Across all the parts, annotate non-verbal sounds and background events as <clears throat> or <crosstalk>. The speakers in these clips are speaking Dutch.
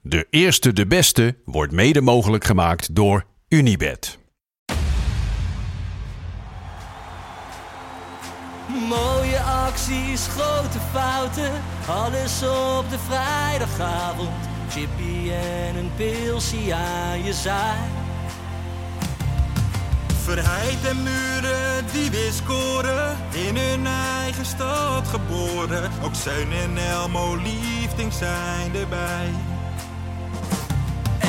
De eerste, de beste wordt mede mogelijk gemaakt door Unibed. Mooie acties, grote fouten, alles op de vrijdagavond. Chippy en een pilsie aan je zaai. Verheid en muren die weer scoren, in hun eigen stad geboren. Ook Zeun en Elmo liefdings zijn erbij. En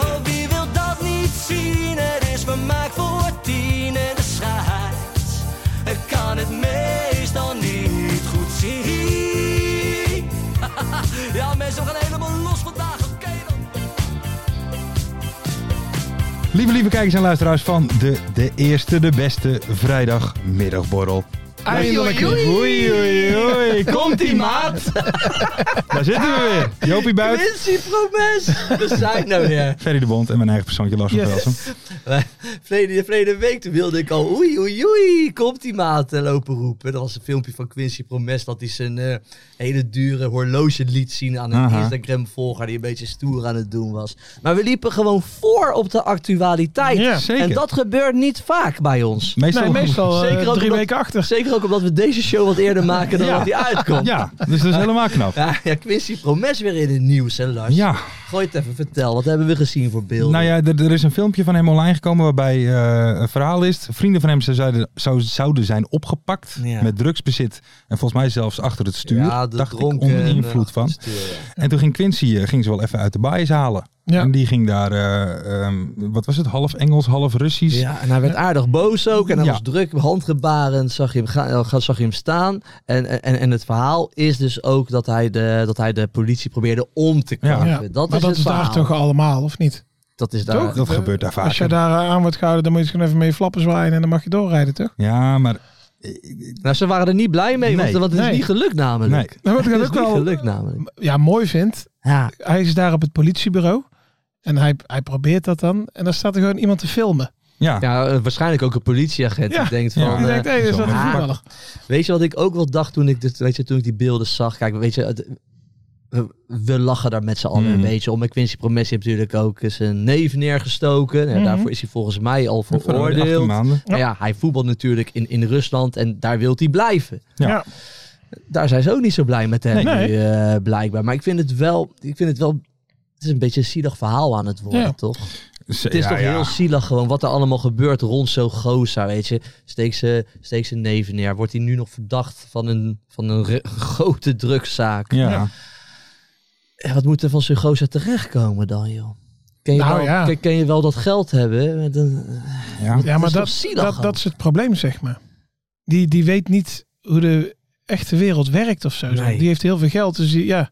Oh, wie wil dat niet zien? Het is vermaakt voor tien en de scheids. Ik kan het meestal niet goed zien. <laughs> Ja, mensen, we gaan helemaal los vandaag. Oké dan. Lieve, lieve kijkers en luisteraars van de, de eerste, de beste vrijdagmiddagborrel. Eindelijk. Oei, oei, oei. <laughs> Komt die maat. Daar zitten we <laughs> weer. Jopie Buit, Quincy Promes! We zijn nou weer. Ferry de Bond en mijn eigen persoontje Lars van Ja. Velsen. Verleden, verleden week toen wilde ik al oei oei oei, komt die maat eh, lopen roepen. Dat was een filmpje van Quincy Promes dat hij zijn eh, hele dure horloge liet zien aan een Aha. Instagram volger die een beetje stoer aan het doen was. Maar we liepen gewoon voor op de actualiteit. Ja. Zeker. En dat gebeurt niet vaak bij ons. Meestal, nee, meestal eh, Zeker ook drie omdat- weken achter. Zeker ook omdat we deze show wat eerder maken dan Ja. dat die uitkomt. Ja, dus dat is helemaal knap. eh, Ja, ja, Quincy Promes weer in het nieuws, hè Lars? Ja, Gooi het even, vertel. Wat hebben we gezien voor beelden? nou ja, er, er is een filmpje van hem online gekomen waarbij eh, een verhaal is. Vrienden van hem zouden, zou- zouden zijn opgepakt Ja. met drugsbezit. En volgens mij zelfs achter het stuur, Ja, de dacht ik, dronken onder en, invloed eh, van. stuur, ja. En toen ging Quincy eh, ging ze wel even uit de baais halen. Ja. En die ging daar, eh, ehm, wat was het, half Engels, half Russisch. Ja, en hij werd aardig boos ook. En hij Ja. was druk, handgebaren, zag je hem, gaan, eh, zag je hem staan. En, en, en het verhaal is dus ook dat hij de, dat hij de politie probeerde om te Ja. klappen. Ja. Dat, maar is dat het is daar verhaal. toch allemaal, of niet? Dat is daar. Toch? Dat gebeurt daar vaak. Als je daar eh, aan wordt gehouden, dan moet je gewoon even mee flappen zwaaien en dan mag je doorrijden, toch? Ja, maar Nou, ze waren er niet blij mee, want, Nee. want het is Nee. niet gelukt nee. namelijk. Nou, wat ik Het dan is ook niet wel gelukt namelijk. ja, mooi vind, Ja, hij is daar op het politiebureau en hij, hij probeert dat dan. En dan staat er gewoon iemand te filmen. Ja, ja eh, waarschijnlijk ook een politieagent Ja. die denkt van... Ja. Die eh, denkt, hé, hey, is dat een zomaar. voetballer? Weet je wat ik ook wel dacht toen ik, dit, weet je, toen ik die beelden zag? Kijk, weet je, het- we, we lachen daar met z'n allen een Mhm. beetje om. En Quincy Promes heeft natuurlijk ook zijn neef neergestoken. Nou, Mhm. Daarvoor is hij volgens mij al Veroordeeld, 18 veroordeeld. eh, maanden. Maar ja, hij voetbalt natuurlijk in, in Rusland en daar wil hij blijven. Ja. Ja. Daar zijn ze ook niet zo blij met hem Nee. nu, eh, blijkbaar. Maar ik vind het wel, ik vind het wel, het is een beetje een zielig verhaal aan het worden, Ja. toch? Ze- Het is ja, toch ja. heel zielig gewoon wat er allemaal gebeurt rond zo'n gozer, weet je. Steek ze, steek ze neven neer. Wordt hij nu nog verdacht van een, van een re- <laughs> grote drugszaak? Ja. Ja. En Wat moet er van zo'n gozer terechtkomen dan, joh? Ken je, Nou wel, ja. ken, ken je wel dat geld hebben? Met een, Ja. Ja, maar is toch dat, zielig dat, ook? dat is het probleem, zeg maar. Die, die weet niet hoe de echte wereld werkt of zo. Nee. Die heeft heel veel geld, dus die- ja.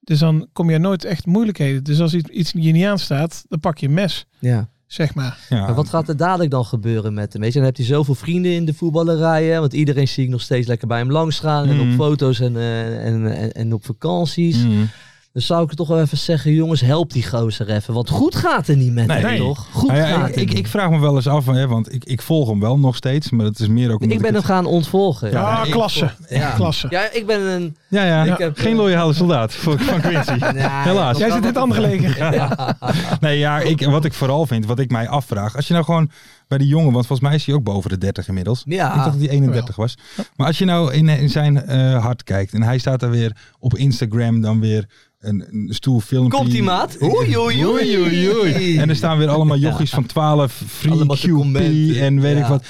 Dus dan kom je nooit echt in moeilijkheden. Dus als iets, iets je niet aanstaat, dan pak je een mes, ja. zeg maar. Ja. Maar wat gaat er dadelijk dan gebeuren met hem? Weet je, dan heb hij zoveel vrienden in de voetballerijen. Want iedereen zie ik nog steeds lekker bij hem langs gaan. En Mhm. op foto's en, eh, en, en, en op vakanties. Mm. Dan zou ik toch wel even zeggen, jongens, help die gozer even. Want goed gaat er niet met Nee. hem, Nee. toch? Goed Nou ja, gaat ik, het ik, niet. ik vraag me wel eens af, hè, want ik, ik volg hem wel nog steeds, maar het is meer ook... Ik, omdat ben hem het- gaan ontvolgen. Ja, Ja, ik- klasse. Ja. klasse. Ja, ik ben een... Ja, ja. ik ja. heb, Geen eh, loyale soldaat voor, van Quincy. <laughs> Ja, Helaas. Jij zit in het andere leger. Nee, ja, ik, wat ik vooral vind, wat ik mij afvraag. Als je nou gewoon bij die jongen, want volgens mij is hij ook boven de 30 inmiddels. Ja. Ik dacht dat hij 31 was. Maar als je nou in, in zijn eh, hart kijkt en hij staat daar weer op Instagram dan weer een, een stoel filmpje. Komt die maat? Oei, oei, oei. oei, oei. En er staan weer allemaal jochies van 12, free Allemaal te QP commenten. en weet Ja. ik wat.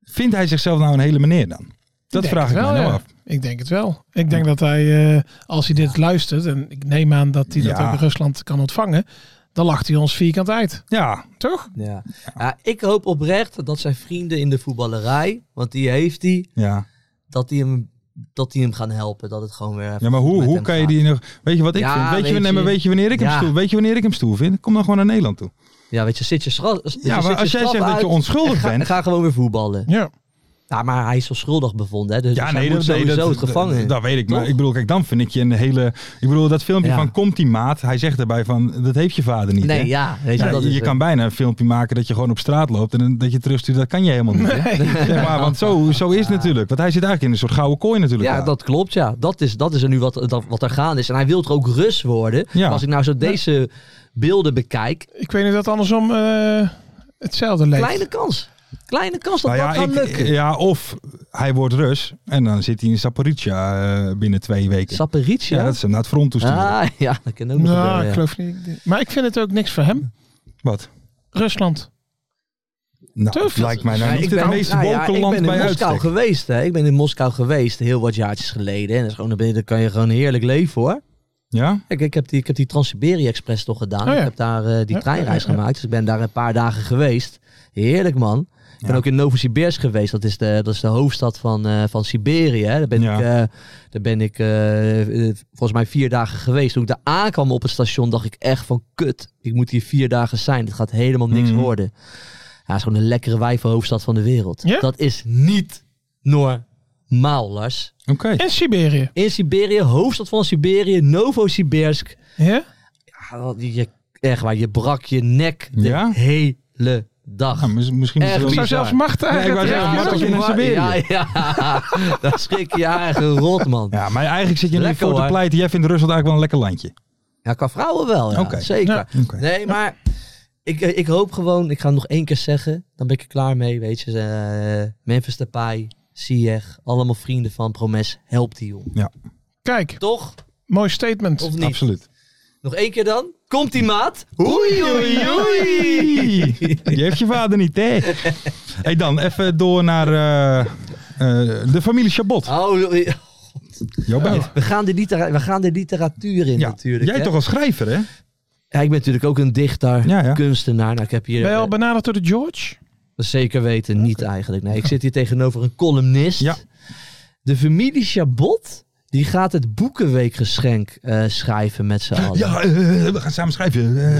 Vindt hij zichzelf nou een hele meneer dan? <laughs> Dat denk vraag ik het me wel, nou ja. af. Ik denk het wel. Ik denk dat hij, eh, als hij dit luistert, en ik neem aan dat hij dat Ja. ook in Rusland kan ontvangen, dan lacht hij ons vierkant uit, Ja, toch? Ja. Ja, ik hoop oprecht dat zijn vrienden in de voetballerij, want die heeft hij, ja. dat die hem, dat die hem gaan helpen. Dat het gewoon weer even Ja, maar hoe, goed met hoe hem kan je gaat. die nog... Weet je wat ik Ja, vind? Weet, weet je, nee, maar je. weet, je wanneer ik hem Ja. stoel, weet je wanneer ik hem stoel vind? Kom dan gewoon naar Nederland toe. Ja, weet je, zit je straf. zit je- Ja, maar dus zit als jij straf zegt dat uit je onschuldig en ga, en bent. ga gewoon weer voetballen. Ja. Ja, maar hij is al schuldig bevonden, hè? Dus Ja, hij moet nee, sowieso het gevangen. Dat, in. dat weet ik. Maar Toch? ik bedoel, kijk, dan vind ik je een hele... Ik bedoel, dat filmpje Ja. van komt die maat. Hij zegt daarbij van, dat heeft je vader niet. hè? nee, ja, weet je, Ja, dat je is kan bijna een filmpje maken dat je gewoon op straat loopt en dan- dat je terugstuurt. Dat kan je helemaal niet. Hè? <laughs> Zeg maar, want zo, zo is het natuurlijk. Want hij zit eigenlijk in een soort gouden kooi natuurlijk. Ja, daar. dat klopt, ja. Dat is, dat is er nu wat, dat, wat er gaande is. En hij wil er ook rust worden. Ja. Maar Als ik nou zo deze beelden bekijk, Ik weet niet dat andersom eh, hetzelfde leeft. kleine kans. Kleine kans dat Nou ja, dat gaat ik- lukken. ja, of hij wordt Rus en dan zit hij in Saporica eh, binnen twee weken. Saperitia? ja, dat is hem naar het front toesturen. ah, ja, dat kan ook nog Nou, gebeuren, ik ja. geloof niet. Maar ik vind het ook niks voor hem. Wat? Rusland. Nou, Durf het het. lijkt mij nou Ja, niet ik het ben- meest nou ja, woke land Ik ben in bij Moskou uitstek. geweest, hè. Ik ben in Moskou geweest, heel wat jaartjes geleden. En dat is gewoon, daar ben je- daar kan je gewoon heerlijk leven, hoor. Ja? Ik, ik heb die, ik heb die Trans-Siberië Express toch gedaan. Oh ja. Ik heb daar eh, die Ja, treinreis ja, ja. gemaakt. Dus ik ben daar een paar dagen geweest. Heerlijk man. Ik ben ook in Novosibirsk geweest. Dat is de, dat is de hoofdstad van, eh, van Siberië. Hè. Daar ben Ja. ik, eh, daar ben ik eh, eh, volgens mij vier dagen geweest. Toen ik daar aankwam op het station dacht ik echt van kut. Ik moet hier vier dagen zijn. Dit gaat helemaal niks Mhm. worden. Ja, het is gewoon een lekkere wijvenhoofdstad van de wereld. Ja? Dat is niet normaal Lars. Oké. En Siberië. In Siberië, hoofdstad van Siberië, Novosibirsk. Ja? Ja, dat- Ah, je, echt waar, je brak je nek de Ja? hele dag. Nou, mis- misschien is Echt het Ik bizar. wel zou zelfs macht Ja, ik eigenlijk. wou zeggen, Ja, macht dat als is je in waar. Siberië. Ja, ja, <laughs> daar schrik je eigen rot, man. Ja. Ja, maar eigenlijk zit je nu Lekker, voor te hoor. pleiten. Jij vindt Rusland eigenlijk wel een lekker landje. qua vrouwen wel, ja, Oké. zeker. Ja. Oké. Nee, maar ik, eh, ik hoop gewoon, ik ga het nog één keer zeggen, dan ben ik er klaar mee, weet je. eh Memphis Depay, Ziyech, allemaal vrienden van Promes, helpt die jongen. Kijk, Toch? mooi statement. Of niet? Absoluut. Nog één keer dan? Komt die maat? Oei, oei, oei. <laughs> Je heeft je vader niet, hè? hey, dan even door naar eh, eh, de familie Chabot. Oh, oei. Jouw bed. we gaan de, litera- we gaan de literatuur in Ja, natuurlijk. Jij hè? toch als schrijver, hè? Ja, ik ben natuurlijk ook een dichter, Ja, ja. kunstenaar. Nou, ik heb hier Ben je al eh, benaderd door de George? zeker weten niet eigenlijk. Nee, ik zit hier <laughs> tegenover een columnist. Ja. De familie Chabot, die gaat het boekenweekgeschenk eh, schrijven met z'n allen. Ja, eh, we gaan samen schrijven.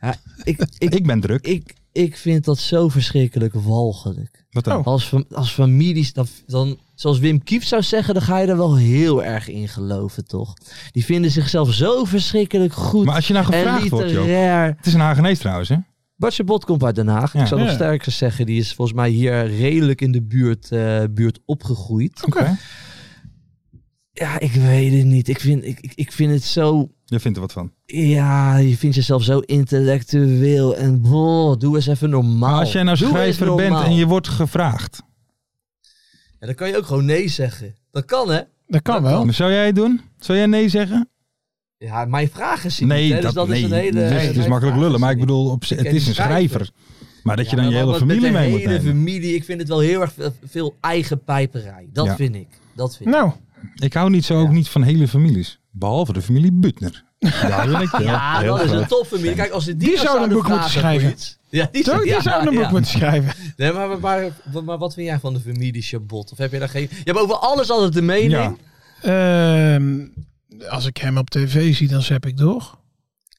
Eh, Ik, ik, ik ben druk. ik, ik vind dat zo verschrikkelijk walgelijk. Wat dan? Als, fam- als families, dan, dan, zoals Wim Kieft zou zeggen, dan ga je er wel heel erg in geloven, toch? Die vinden zichzelf zo verschrikkelijk goed Maar als je nou en gevraagd wordt, Joop. literair. Het is een Hagenees trouwens, hè? Bart Chabot komt uit Den Haag. Ja. Ik zou nog Ja. sterker zeggen, die is volgens mij hier redelijk in de buurt, eh, buurt opgegroeid. Oké. Ja, ik weet het niet. Ik vind, ik, ik- ik vind het zo... Je vindt er wat van. Ja, je vindt jezelf zo intellectueel en boh, doe eens even normaal. Maar als jij nou Doe eens schrijver normaal. Oh. bent en je wordt gevraagd, Ja, dan kan je ook gewoon nee zeggen. Dat kan, hè? Dat kan wel. maar zou jij het doen? Zou jij nee zeggen? Ja, mijn vraag is hier Nee, niet, hè? Dus dat, is een hele... Dus het is makkelijk lullen, maar ik bedoel, op, z- ken het is een die schrijver. schrijver. Maar dat je Ja, dan je maar hele wat familie met de mee moet hele nemen. familie, ik vind het wel heel erg veel- veel eigen pijperij. Dat Ja. vind ik. Dat vind ik. Nou, Ik hou niet zo ook Ja. niet van hele families. Behalve de familie Butner. Daar wil ik wel Ja, heel Ah, dat is graag. een topfamilie. Kijk, als ze die, Die nou zouden een boek vragen moeten schrijven. voor iets- Ja, die, zo, die zou een boek ja. moeten schrijven. Nee, maar, maar, maar, maar wat vind jij van de familie Chabot? Of heb je daar geen... Je hebt over alles altijd de mening. Ja. Ehm, als ik hem op tv zie, dan zep ik door.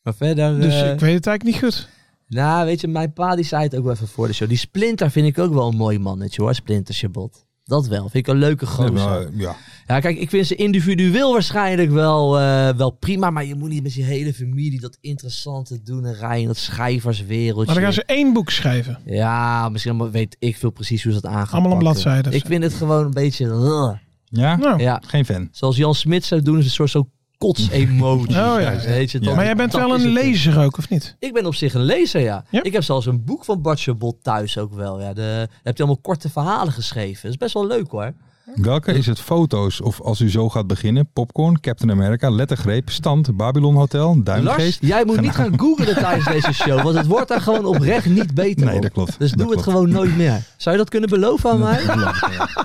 Maar verder... Dus eh, ik weet het eigenlijk niet goed. Nou, weet je, mijn pa die zei het ook wel even voor de show. Die Splinter vind ik ook wel een mooi mannetje hoor, Splinter Chabot. Dat wel, vind ik een leuke Nee, gozer. maar, eh, Ja. Ja, kijk, ik vind ze individueel waarschijnlijk wel, eh, wel prima. Maar je moet niet met je hele familie dat interessante doen en rijden. Dat schrijverswereldje. Maar dan gaan ze één boek schrijven. Ja, misschien maar weet ik veel precies hoe ze dat aangaan. Allemaal om bladzijden. Ik vind het gewoon een beetje... ugh. Ja? Nou, Ja, Geen fan. zoals Jan Smit zou doen, is een soort zo'n kots-emoji. Oh ja. Weet je, Ja. dan- Maar jij bent dat wel is een het. eh, lezer ook, of niet? Ik ben op zich een lezer, ja. Ja. Ik heb zelfs een boek van Bart Chabot thuis ook wel. Ja. De, daar heeft hij allemaal korte verhalen geschreven. Dat is best wel leuk hoor. Welke is het foto's of als u zo gaat beginnen? Popcorn, Captain America, lettergreep, stand, Babylon Hotel, Lars, duimgeest. jij moet niet nou. gaan <laughs> googlen tijdens deze show, want het wordt daar gewoon oprecht niet beter Nee, op. dat klopt. Dus Dat doe klopt. het gewoon nooit meer. Zou je dat kunnen beloven aan mij? <laughs>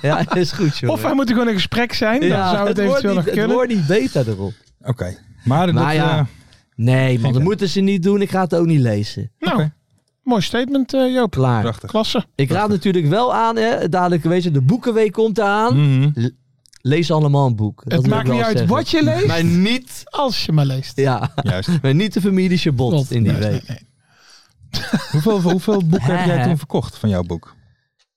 Ja, is goed joh. Of wij moeten gewoon in gesprek zijn. ja, dan zou het, wordt eventueel niet, nog het kunnen. wordt niet beter erop. Oké. Maar, dat, Maar Nou ja. eh, Nee man, dat idee. moeten ze niet doen. Ik ga het ook niet lezen. Nou, Oké. mooi statement, eh, Joop. Klaar. prachtig. Klasse. Ik raad natuurlijk wel aan, hè, dadelijk weet je, de boekenweek komt eraan. Mhm. Lees allemaal een boek. Dat het wil ik maakt wel niet uit zeggen. wat je leest, Maar niet, als je maar leest. ja, Juist. maar niet de familie Chabot Klopt. in die Nee, week. nee, nee. Hoeveel, <laughs> hoeveel boeken heb jij toen verkocht van jouw boek?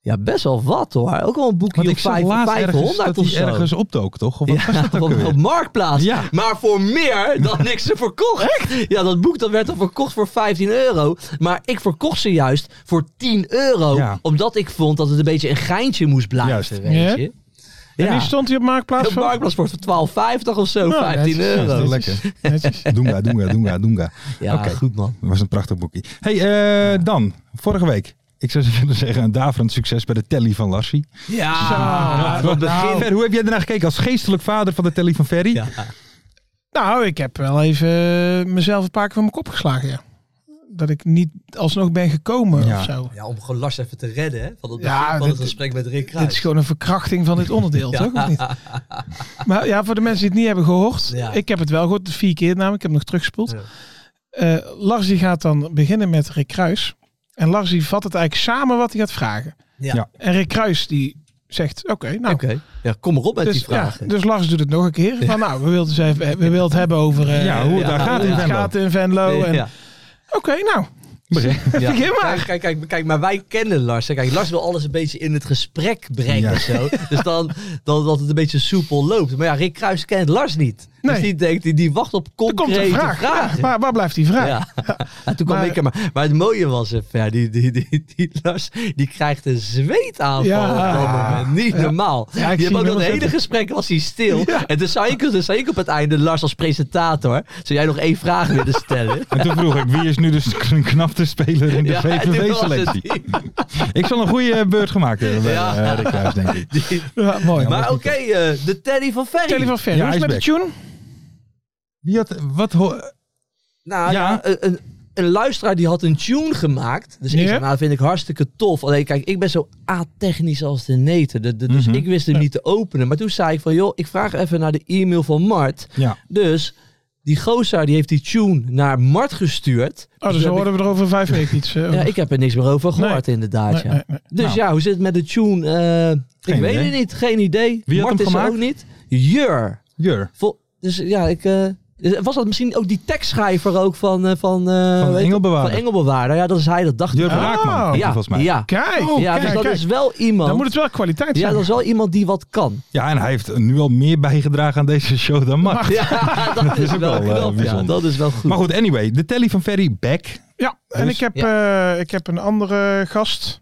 Ja, best wel wat hoor. Ook wel een boekje op ik zag vijf- laatst ergens 500 dat of hij zo. ergens opdook, toch? Of wat was dat Ja, ook op, op weer? Marktplaats. Ja. Maar voor meer dan ik ze verkocht. Ja, dat boek dat werd dan verkocht voor 15 euro. Maar ik verkocht ze juist voor 10 euro. Ja. Omdat ik vond dat het een beetje een geintje moest blijven. Juist. Weet je? Ja. En nu stond hij op Marktplaats Op voor... Marktplaats wordt voor 12,50 of zo. Nou, 15 netjes. Ja, dat is euro. wel lekker. <laughs> Netjes. Doenga, doenga, doenga, doenga. Ja, Oké. goed man. Dat was een prachtig boekje. hey, eh, Dan, vorige week. Ik zou <laughs> willen zeggen, een daverend succes bij de telly van Lassie. Ja, Ja, dat begint. Ver, hoe heb jij ernaar gekeken als geestelijk vader van de telly van Ferry? Ja. Nou, ik heb wel even eh, mezelf een paar keer van mijn kop geslagen, ja. Dat ik niet alsnog ben gekomen Ja. of zo. Ja, om Gelars even te redden hè, van het Ja, begin van dit- het gesprek met Rick Kruijs. Dit is gewoon een verkrachting van dit <laughs> onderdeel, toch? Of niet? Maar ja, voor de mensen die het niet hebben gehoord. Ja. Ik heb het wel gehoord, vier keer namelijk. Ik heb nog teruggespoeld. Ja. Eh, Lars die gaat dan beginnen met Rick Kruis. En Lars die vat het eigenlijk samen wat hij gaat vragen. Ja. Ja. En Rick Kruis die zegt, oké, nou. Oké, ja, kom maar op met Dus, die vragen. ja, dus Lars doet het nog een keer. Van, nou, we wilden, ze even, we wilden het hebben over eh, Ja, hoe het daar gaat in hoe het Venlo. gaat in Venlo. nou, En, Ja. Oké, nou. Begin. Ja. Begin maar. Kijk, kijk, kijk, kijk, maar wij kennen Lars. hè. Kijk, Lars wil alles een beetje in het gesprek brengen. Ja. of Zo. Dus dan, dan dat het een beetje soepel loopt. Maar ja, Rick Kruis kent Lars niet. Dus Nee. die denkt, die, die wacht op Er komt concrete een vraag. vragen. Ja, waar, waar blijft die vraag? <laughs> Ja. En toen kwam Maar- ik er maar. Maar het mooie was, eh, Fer, die, die, die, die Lars, die krijgt een zweetaanval Ja. op dat moment. Niet normaal. ik zie die hem hebben ook dat helemaal hele zitten. gesprek was hij stil. En toen zei, ik, toen zei ik op het einde, Lars als presentator, zou jij nog één vraag willen stellen? En toen vroeg ik, wie is nu de <laughs> k- knapste speler in de Ja, en toen was het VVV-selectie? die. Ik zal een goede eh, beurt gemaakt hebben bij Ja. eh, Rick Kruijs, denk ik. Ja, mooi. Ja, Maar, dat Maar is oké, niet top. eh, de Teddy van Ferry. Telly van Ver, Ja, hoe is het met de ijsbek. tune? Oh, Wie had, wat ho- Nou Ja. ja, een, een, een luisteraar die had een tune gemaakt. Dus ik Ja. zei, nou dat vind ik hartstikke tof. Alleen kijk, ik ben zo atechnisch als de neten. De- de- dus Mhm. ik wist hem niet te openen. Maar toen zei ik van, joh, ik vraag even naar de e-mail van Mart. Ja. Dus die gozer die heeft die tune naar Mart gestuurd. Oh, dus heb dan hoorden we er over vijf weken iets. eh, ik, ja, over. ik heb er niks meer over gehoord inderdaad. Nee, ja. nee, nee. Dus Nou. ja, hoe zit het met de tune? Eh, ik Geen weet idee. het niet, geen idee. Wie had Mart hem is er gemaakt? ook niet. Jur. Jur. Vol- dus ja, ik. eh, was dat misschien ook die tekstschrijver ook van. eh, van, eh, Van weet- Engelbewaarder. Van Engelbewaarder. Ja, dat is hij, dat dacht Jur ik. Ah, Braakman, heet hij Oh. ja, volgens mij. ja. Kijk, oh, ja, kijk, dus dat kijk. is wel iemand. Dan moet het wel kwaliteit ja, zijn. dat is wel iemand die wat kan. Ja, en hij heeft nu al meer bijgedragen aan deze show dan Max. Ja, dat, is ook wel, wel, eh, knap, ja. bijzonder. Dat is wel goed. Maar goed, anyway, de telly van Ferry, back. Oké. Ja, en Dus- ik, heb, eh, ik heb een andere gast.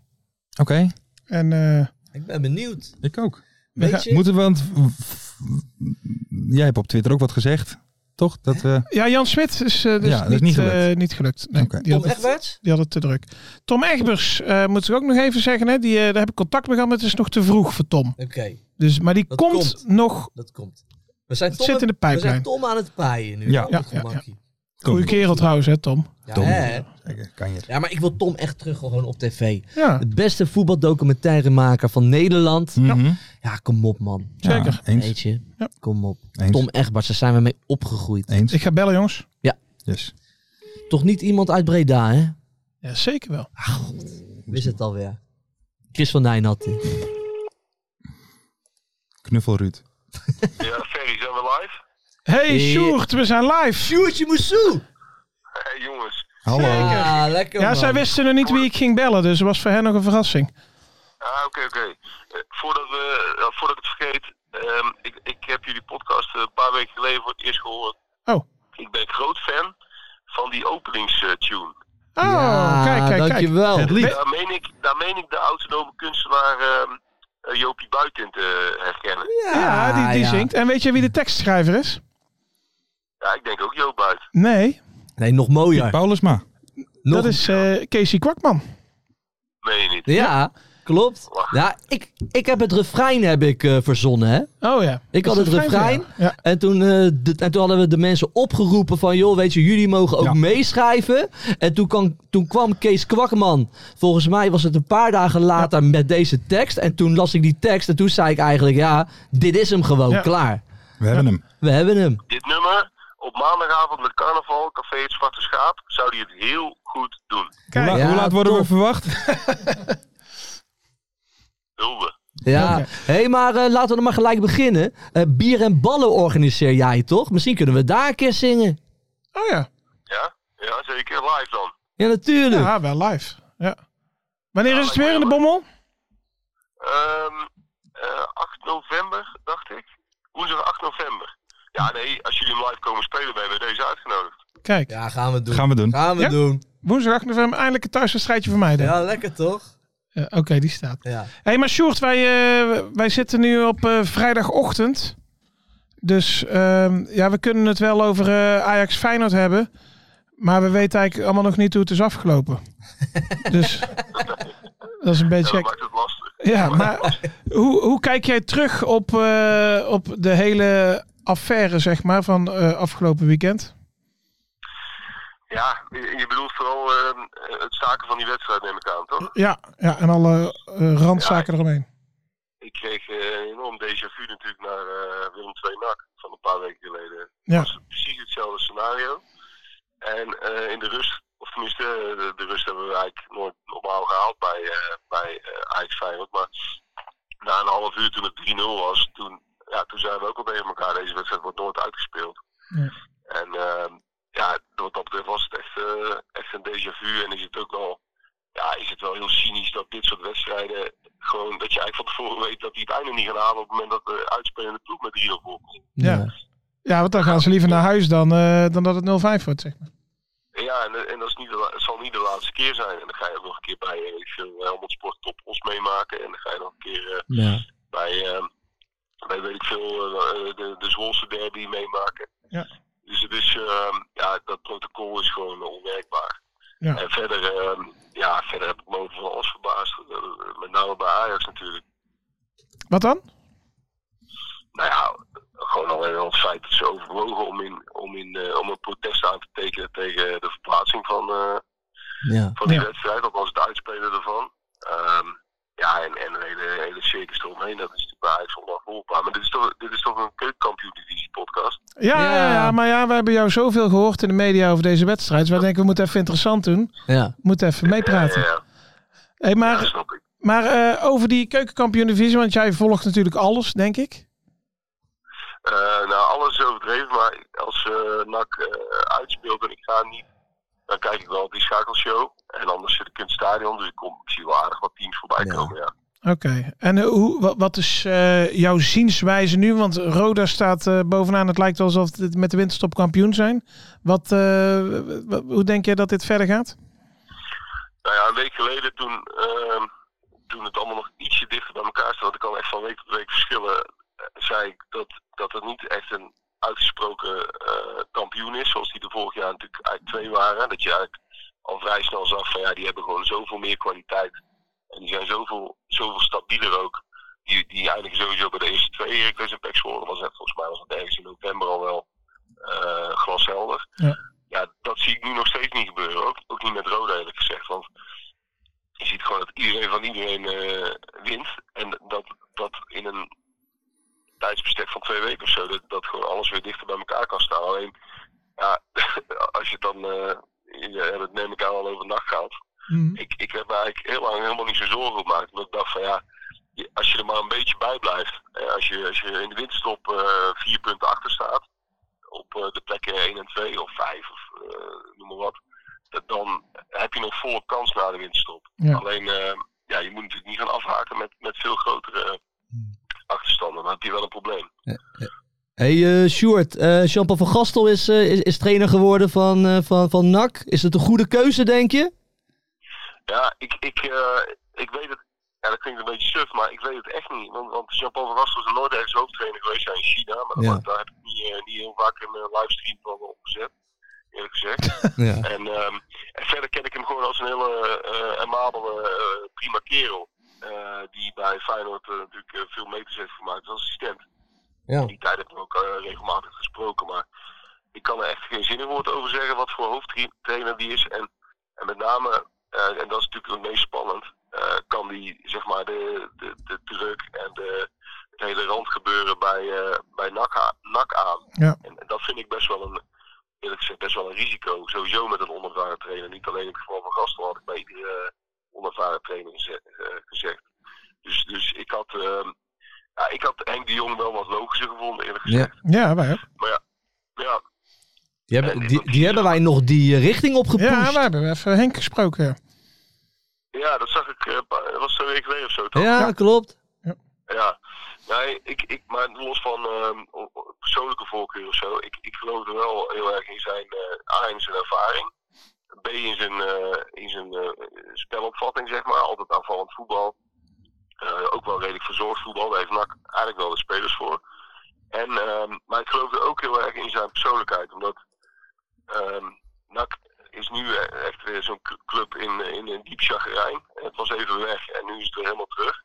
En eh, Ik ben benieuwd. Ik ook. we Weet gaan- je? Moeten we, want jij hebt op Twitter ook wat gezegd, toch? Dat we, ja, Jan Smit is, eh, dus Ja, dat is niet niet, niet gelukt. gelukt. niet gelukt. Nee, Oké. die, had Tom het, Egberts? die had het te druk. Tom Egbers, eh moet ik ook nog even zeggen. Hè, die, eh, daar heb ik contact mee gehad, maar het is nog te vroeg voor Tom. Oké, Dus, maar die Dat komt, komt. nog. dat komt. We zijn, Het Tom, zit in de we zijn pijplijn. Tom aan het paaien nu. Ja. op Ja, het ja, ja. gemakkie. Goeie kerel trouwens, hè Tom. Ja, Tom. hè? Zeker, kan je. ja, maar ik wil Tom echt terug gewoon op tv. Ja, De beste voetbaldocumentairenmaker van Nederland. Mhm. Ja, kom op man. Ja, Zeker. eens. Weet je, Ja. kom op. Eens. Tom Egberts, daar zijn we mee opgegroeid. Eens. Dus. ik ga bellen jongens. Yes. Toch niet iemand uit Breda, hè? Ja, zeker wel. Wist het alweer. Chris van Nijnatten. Knuffel Ruud. Ja, Ferry, zijn we live? Hey Eh, Sjoerd, we zijn live. Sjoertje Moussou! hey, jongens. Hallo. Ah, lekker Ja, man. zij wisten nog niet wie ik ging bellen, dus het was voor hen nog een verrassing. Ah, oké, oké. Eh, voordat, we, eh, voordat ik het vergeet, ehm, ik, ik heb jullie podcast eh, een paar weken geleden voor het eerst gehoord. Oh. Ik ben groot fan van die openingstune. Oh, Ja, kijk, kijk, kijk. dankjewel. Het lied. daar, meen ik, daar meen ik de autonome kunstenaar ehm, eh, Jopie Buiten te herkennen. Ja, die, die ja. zingt. En weet je wie de tekstschrijver is? Ja, ik denk ook Joop Buiten. Nee, Nee, nog mooier. Paulusma. Nog- dat is eh, Casey Kwakman. Meen je niet? Ja, klopt. Ja, ik, ik heb het refrein heb ik, eh, verzonnen, hè? Oh ja. Ik had Dat is het een vreemde, refrein. ja. Ja. En toen, eh, de- en toen hadden we de mensen opgeroepen van... joh, weet je, jullie mogen ook Ja. meeschrijven. En toen, kan, toen kwam Kees Kwakman. Volgens mij was het een paar dagen later met deze tekst. En toen las ik die tekst en toen zei ik eigenlijk... ja, dit is hem gewoon, Ja. klaar. We hebben hem. We hebben hem. Dit nummer, op maandagavond met carnaval, Café Het Zwarte Schaap, zou die het heel goed doen. Hoe, la- Kijk, ja, hoe laat worden we top. verwacht? Hulde. Ja, Oké. hé, hey, maar eh, laten we dan maar gelijk beginnen. Eh, bier en ballen organiseer jij toch? Misschien kunnen we daar een keer zingen. Oh ja. Ja? Ja, zeker. Live dan. Ja, natuurlijk. Ja, wel live. Ja. Wanneer is het weer in de Bommel? Ehm, eh, 8 november, dacht ik. Woensdag 8 november. Ja, nee, als jullie hem live komen spelen, ben je bij deze uitgenodigd. Kijk, Ja, gaan we doen. Gaan we doen. Gaan we Ja? doen. woensdag 8 november eindelijk een thuiswedstrijdje voor mij dan. Ja, lekker toch? Ja, Oké, die staat. Ja. Hé, hey, maar Sjoerd, wij, eh, wij zitten nu op eh, vrijdagochtend. Dus ehm, ja, we kunnen het wel over eh, Ajax Feyenoord hebben. Maar we weten eigenlijk allemaal nog niet hoe het is afgelopen. dus dat is een Ja, beetje gek. dat maakt het lastig. Ja, maar hoe, hoe kijk jij terug op, eh, op de hele affaire, zeg maar, van eh, afgelopen weekend? Ja, je je bedoelt vooral ehm, eh, het zaken van die wedstrijd, neem ik aan, toch? Ja, ja en alle eh, randzaken eromheen. Ik kreeg eh, enorm déjà vu natuurlijk naar eh, Willem II NAC van een paar weken geleden. Ja. was precies hetzelfde scenario. En eh, in de rust, of tenminste, eh, de, de rust hebben we eigenlijk nooit normaal gehaald bij, eh bij eh Ajax Feyenoord. Maar na een half uur toen het 3-0 was, toen, ja, toen zeiden we ook al tegen elkaar, deze wedstrijd wordt nooit uitgespeeld. Ja. En ehm, ja, wat dat betreft was het echt, eh, echt een déjà vu. En is het ook wel, ja, is het wel heel cynisch dat dit soort wedstrijden gewoon, dat je eigenlijk van tevoren weet dat die het einde niet gaan halen op het moment dat de uitspelende ploeg met 3-0 voorkomt. Ja. ja, want dan gaan ze liever naar huis dan, eh, dan dat het 0-5 wordt, zeg maar. Ja, en, en dat is niet de, la- het zal niet de laatste keer zijn. En dan ga je ook nog een keer bij eh, weet ik veel, Helmond Sport Top Os meemaken. En dan ga je nog een keer eh, Ja. bij, eh, bij, weet ik veel, eh, eh, de, de Zwolse derby meemaken. Ja. Dus het is, eh, ja, dat protocol is gewoon onwerkbaar. Ja. En verder, eh, ja, verder heb ik me over van alles verbaasd. Eh, met name bij Ajax natuurlijk. Wat dan? Nou ja, gewoon alleen al het feit dat ze overwogen om, in, om, in, eh, om een protest aan te tekenen tegen de verplaatsing van... eh, Ja. van die Ja. wedstrijd, dat was het uitspelen ervan. Ehm, ja, en, en een hele, hele circus eromheen, dat is natuurlijk bij Ajax onafvolgbaar. Maar dit is toch, dit is toch een keukenkampioen-divisie podcast? Ja, ja. Ja. ja, maar ja, we hebben jou zoveel gehoord in de media over deze wedstrijd. Dus wij denken, we moeten even interessant doen. Ja. We moeten even meepraten. Ja, ja, Hey, ja, maar snap ik. maar eh, over die keukenkampioen-divisie, want jij volgt natuurlijk alles, denk ik. Eh, nou, alles is overdreven, maar als eh NAC eh, uitspeelt en ik ga niet, dan kijk ik wel die schakelshow. En anders zit ik in het stadion, dus ik, kom, ik zie wel aardig wat teams voorbij Ja. komen, ja. Oké, en eh, hoe, wat, wat is eh, jouw zienswijze nu? Want Roda staat eh, bovenaan. Het lijkt wel alsof het met de winterstop kampioen zijn. Wat, eh, w- hoe denk jij dat dit verder gaat? Nou ja, een week geleden toen, ehm, toen het allemaal nog ietsje dichter bij elkaar stond, want ik kan echt van week tot week verschillen, eh, zei ik dat, dat het niet echt een uitgesproken eh, kampioen is, zoals die er vorig jaar natuurlijk eigenlijk twee waren. Dat je eigenlijk al vrij snel zag van ja, die hebben gewoon zoveel meer kwaliteit. En die zijn zoveel, zoveel stabieler ook. Die, die eindigen sowieso bij de eerste twee. Heracles en Pexwolle was het volgens mij was het ergens in november al wel eh, glashelder. Ja. ja, dat zie ik nu nog steeds niet gebeuren. Ook, ook niet met Roda eerlijk gezegd. Want je ziet gewoon dat iedereen van iedereen eh, wint. En dat, dat in een tijdsbestek van twee weken of zo, dat, dat gewoon alles weer dichter bij elkaar kan staan. Alleen, ja, <laughs> als je het dan, eh je hebt het neem ik aan al over nachtgeld. Ik, ik heb me eigenlijk heel lang helemaal niet zo zorgen gemaakt. Omdat ik dacht van ja, je- als je er maar een beetje bij blijft. eh, Als je, als je in de winterstop eh, vier punten achter staat. Op eh, de plekken 1 en 2 of 5 of eh, noem maar wat. dat- Dan heb je nog volle kans na de winterstop. Ja. Alleen eh, ja, je moet natuurlijk niet gaan afhaken met, met veel grotere eh, achterstanden. Dan heb je wel een probleem. Hey eh Sjoerd, eh, Jean-Paul van Gastel is, eh, is, is trainer geworden van, eh, van, van NAC. Is het een goede keuze, denk je? Ja, ik, ik, eh, ik weet het. Ja, dat klinkt een beetje suf, maar ik weet het echt niet. Want, want Jean-Paul van Rastel is nooit ergens hoofdtrainer geweest ja, in China. Maar dat Ja. wordt- daar heb ik niet, eh, niet heel vaak een eh, livestream van opgezet. Eerlijk gezegd. <laughs> Ja. En, ehm, en verder ken ik hem gewoon als een hele eh amabele, eh, prima kerel. Eh, die bij Feyenoord eh, natuurlijk eh, veel meters heeft gemaakt als assistent. Ja. In die tijd hebben we ook eh, regelmatig gesproken. Maar ik kan er echt geen zinnenwoord over zeggen wat voor hoofdtrainer die is. En, en met name, eh, en dat is natuurlijk het meest spannend, eh, kan die zeg maar de, de, de druk en de, het hele randgebeuren bij, eh, bij NAC, a- NAC aan. Ja. En, en dat vind ik best wel een, eerlijk gezegd best wel een risico. Sowieso met een onervaren trainer. Niet alleen in het geval van Gastel had ik bij iedere eh, onervaren trainer geze- eh, gezegd. Dus, dus ik, had, ehm, ja, ik had Henk de Jong wel wat logischer gevonden, eerlijk gezegd. Ja, wij ook. Maar ja, ja Die hebben, die, die hebben wij nog die eh, richting opgepusht. Ja, we hebben even Henk gesproken. ja. Ja, dat zag ik. eh, een paar- dat was twee weken geleden of zo, toch? Ja, klopt. Ja, nee, ik, ik, maar los van ehm, o- o- persoonlijke voorkeur of zo, ik, ik geloof er wel heel erg in zijn, eh A, in zijn ervaring, B, in zijn, eh, in zijn eh, spelopvatting, zeg maar, altijd aanvallend voetbal, Eh, ook wel redelijk verzorgd voetbal, daar heeft NAC eigenlijk wel de spelers voor. En, ehm, maar ik geloof er ook heel erg in zijn persoonlijkheid, omdat ehm NAC is nu eh, echt weer zo'n cl- club in, in een diep chagrijn. Het was even weg en nu is het weer helemaal terug.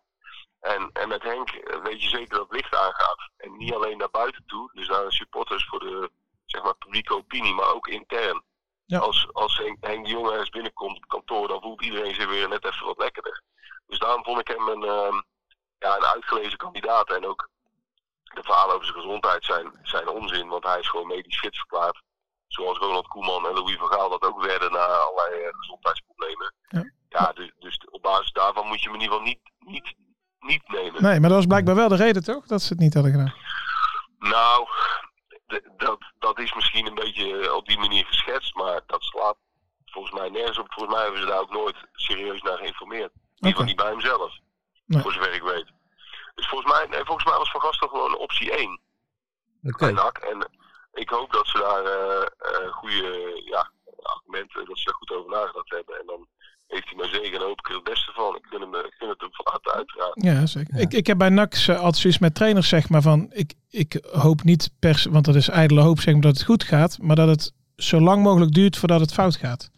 En, en met Henk eh, weet je zeker dat het licht aangaat. En niet alleen naar buiten toe, dus naar de supporters voor de zeg maar, publieke opinie, maar ook intern. Ja. Als, als Henk, Henk de Jong ergens binnenkomt op kantoor, dan voelt iedereen zich weer net even wat lekkerder. Dus daarom vond ik hem een, ehm, ja, een uitgelezen kandidaat. En ook de verhalen over zijn gezondheid zijn, zijn onzin, want hij is gewoon medisch fit verklaard. Zoals Ronald Koeman en Louis van Gaal dat ook werden na allerlei eh, gezondheidsproblemen. Ja. Ja, dus, dus op basis daarvan moet je hem in ieder geval niet, niet, niet nemen. Nee, maar dat was blijkbaar wel de reden toch? Dat ze het niet hadden gedaan. Nou, d- dat, dat is misschien een beetje eh, op die manier geschetst, maar dat slaat volgens mij nergens op. Volgens mij hebben ze daar ook nooit serieus naar geïnformeerd. In ieder geval Oké. niet bij hemzelf, Nee. voor zover ik weet. Dus volgens mij, nee, volgens mij was Van Gastel gewoon optie 1 Oké. bij NAC. En eh, ik hoop dat ze daar eh, eh, goede ja, argumenten, dat ze daar goed over nagedacht hebben. En dan heeft hij maar zeker en hoop ik er het beste van. Ik gun, hem, eh, ik gun het hem van harte uiteraard. Ja, zeker. Ik, ik heb bij NAC ze altijd zoiets eh, met trainers zeg maar van... Ik, ik hoop niet per se, want dat is ijdele hoop zeg maar dat het goed gaat... maar dat het zo lang mogelijk duurt voordat het fout gaat.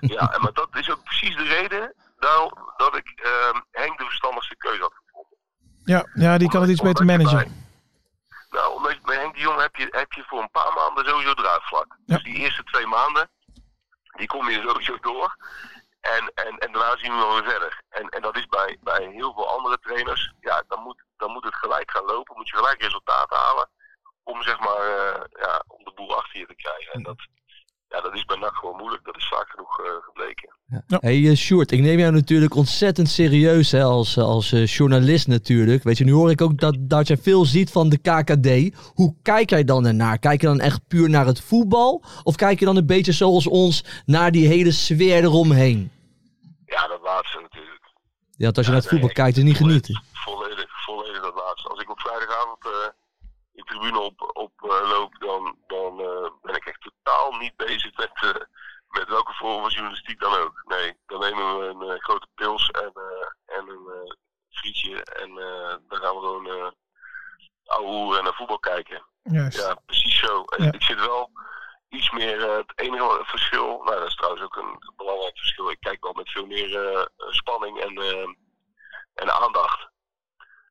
Ja, en maar dat is ook precies de reden daarom dat ik ehm, Henk de verstandigste keuze had gevonden. Ja, ja die kan het iets Omdat beter je managen. bij- Nou, omdat je- met Henk de Jong heb je, heb je voor een paar maanden sowieso draagvlak. Dus die eerste twee maanden, die kom je sowieso door. En, en, en daarna zien we wel weer verder. En, en dat is bij, bij heel veel andere trainers. Ja, dan moet, dan moet het gelijk gaan lopen. Moet je gelijk resultaten halen. Om zeg maar, eh, ja, om de boel achter je te krijgen. En dat, ja, dat is bij NAC gewoon moeilijk. Dat is vaak genoeg eh, gebleken. Hey eh, Sjoerd, ik neem jou natuurlijk ontzettend serieus hè, als, eh, als eh, journalist natuurlijk. Weet je, nu hoor ik ook dat, dat jij veel ziet van de KKD. Hoe kijk jij dan ernaar? Kijk je dan echt puur naar het voetbal? Of kijk je dan een beetje zoals ons naar die hele sfeer eromheen? Ja, dat laatste natuurlijk. Ja, want als je naar het nee, voetbal ik- kijkt en niet genieten. Volledig, volledig dat laatste. Als ik op vrijdagavond eh de tribune op, op eh, loop, dan, dan eh, ben ik echt totaal niet bezig met, eh, met welke vorm van journalistiek dan ook. Nee, dan nemen we een eh, grote pils en, eh, en een eh, frietje en eh, dan gaan we gewoon eh ouwe hoeren en naar voetbal kijken. Juist. Ja, precies zo. En Ja. Ik zit wel iets meer. eh, het enige verschil, nou dat is trouwens ook een belangrijk verschil. Ik kijk wel met veel meer eh, spanning en, eh, en aandacht.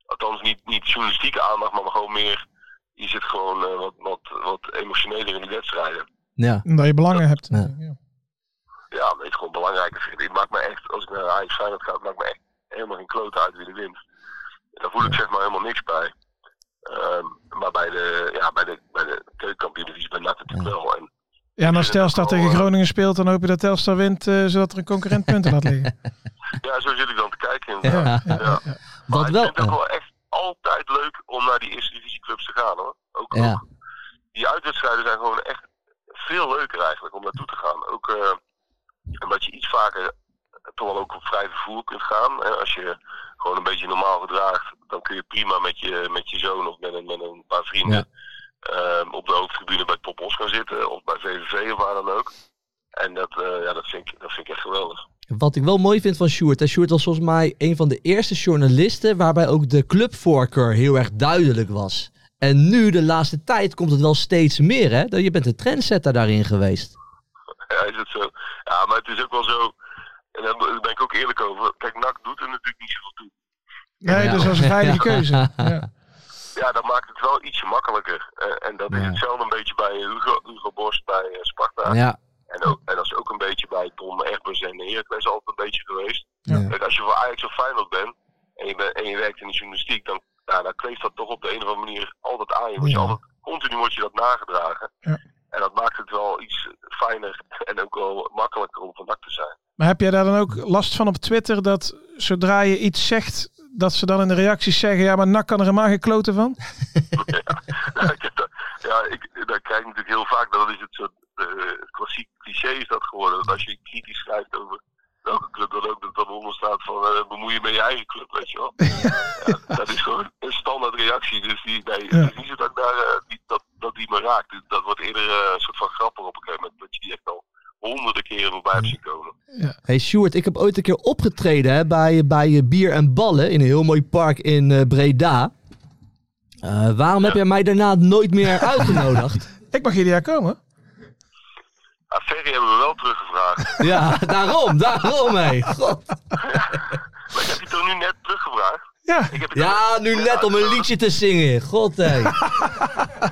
Althans, niet, niet journalistieke aandacht, maar gewoon meer. Je zit gewoon eh, wat, wat, wat emotioneler in die wedstrijden. Ja. Omdat je belangen hebt. Ja. Ja. Ja, maar het is gewoon belangrijk. Ik vind- Het maakt me echt, als ik naar Ajax Feyenoord ga, het maakt me echt helemaal geen klote uit wie er wint. Daar voel ik zeg maar helemaal niks bij. Ehm, maar bij de, ja, bij de, bij de keukenkampioen-divisie ben ik natuurlijk wel. En Ja, en als Telstar tegen Groningen speelt, dan hoop je dat Telstar wint, eh, zodat er een concurrent punten laat <laughs> liggen. Ja, zo zit ik dan te kijken. inderdaad. Ja. Ja. Maar Wat ik wel. vind het ook wel echt altijd leuk om naar die eerste divisieclubs te gaan hoor. Ook, Ja. ook die uitwedstrijden zijn gewoon echt veel leuker eigenlijk om naartoe te gaan. Ook eh, omdat je iets vaker eh, toch wel ook op vrij vervoer kunt gaan. En als je gewoon een beetje normaal gedraagt, dan kun je prima met je, met je zoon of met een, met een paar vrienden ehm, op de hoofdtribune bij Topos gaan zitten. Of bij VVV of waar dan ook. En dat, eh, ja, dat, vind ik, dat vind ik echt geweldig. Wat ik wel mooi vind van Sjoerd. En Sjoerd was volgens mij een van de eerste journalisten waarbij ook de clubvoorkeur heel erg duidelijk was. En nu, de laatste tijd, komt het wel steeds meer. Hè? Dat- Je bent de trendsetter daarin geweest. Ja, is het zo? Ja, maar het is ook wel zo. En daar ben ik ook eerlijk over. Kijk, NAC doet er natuurlijk niet zoveel toe. Nee, Ja. dus dat is een veilige <laughs> keuze. Ja. Ja, dat maakt het wel ietsje makkelijker. Eh, en dat is Ja. hetzelfde een beetje bij Hugo, Hugo Borst bij eh, Sparta. Ja, En, ook, en dat is ook een beetje bij Tom Egbers en Heracles altijd een beetje geweest. Ja. Kijk, als je voor Ajax of Feyenoord bent en je, bent- en je werkt in de journalistiek, dan, ja, dan kleeft dat toch op de een of andere manier altijd aan je. Want je Ja. altijd, continu wordt je dat nagedragen. Ja. En dat maakt het wel iets fijner en ook wel makkelijker om van NAC te zijn. Maar heb jij daar dan ook last van op Twitter dat zodra je iets zegt, dat ze dan in de reacties zeggen, ja, maar NAC kan er helemaal geen kloten van? ja, ik, daar, kijkt natuurlijk heel vaak, dat is het soort eh, klassiek cliché is dat geworden. Dat als je kritisch schrijft over welke club dan ook, dat dan onder staat van eh bemoei je met je eigen club, weet je wel. ja, dat is gewoon een standaard reactie. Dus die, nee, het is niet zo dat ik daar, eh, die, dat, dat die me raakt. Dus Dat wordt eerder eh, een soort van grappig op een gegeven moment, dat je die echt al honderden keren voorbij hebt zien komen. Hey Sjoerd, ik heb ooit een keer opgetreden hè, bij, bij eh, Bier en Ballen in een heel mooi park in eh, Breda. Eh, waarom heb jij mij daarna nooit <laughs> meer uitgenodigd? Ik mag ieder jaar komen. Ah, Ferry hebben we wel <laughs> teruggevraagd. ja, daarom, daarom hé. <laughs> God. maar ik heb je toch nu net teruggevraagd? Ja, Ik heb het Ja, al- nu net om een liedje te zingen. God <laughs> hé.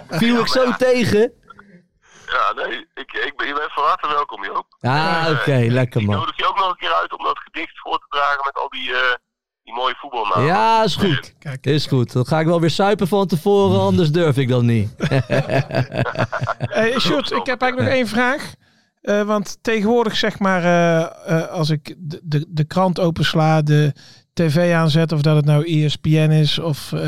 Viel ik zo tegen? Ja, nee, ik, ik ben, je bent van harte welkom, Joop. Ah, oké, lekker Ik man. nodig je ook nog een keer uit om dat gedicht voor te dragen met al die, eh, die mooie voetbalnamen. Ja, is goed. Kijk. Is goed. Dan ga ik wel weer suipen van <laughs> tevoren, anders durf ik dat niet. Hey, Eh, Sjoerd, ik heb eigenlijk nog één vraag. Eh, want tegenwoordig zeg maar, eh, eh, als ik de, de, de krant opensla, de tv aanzet, of dat het nou ESPN is of eh,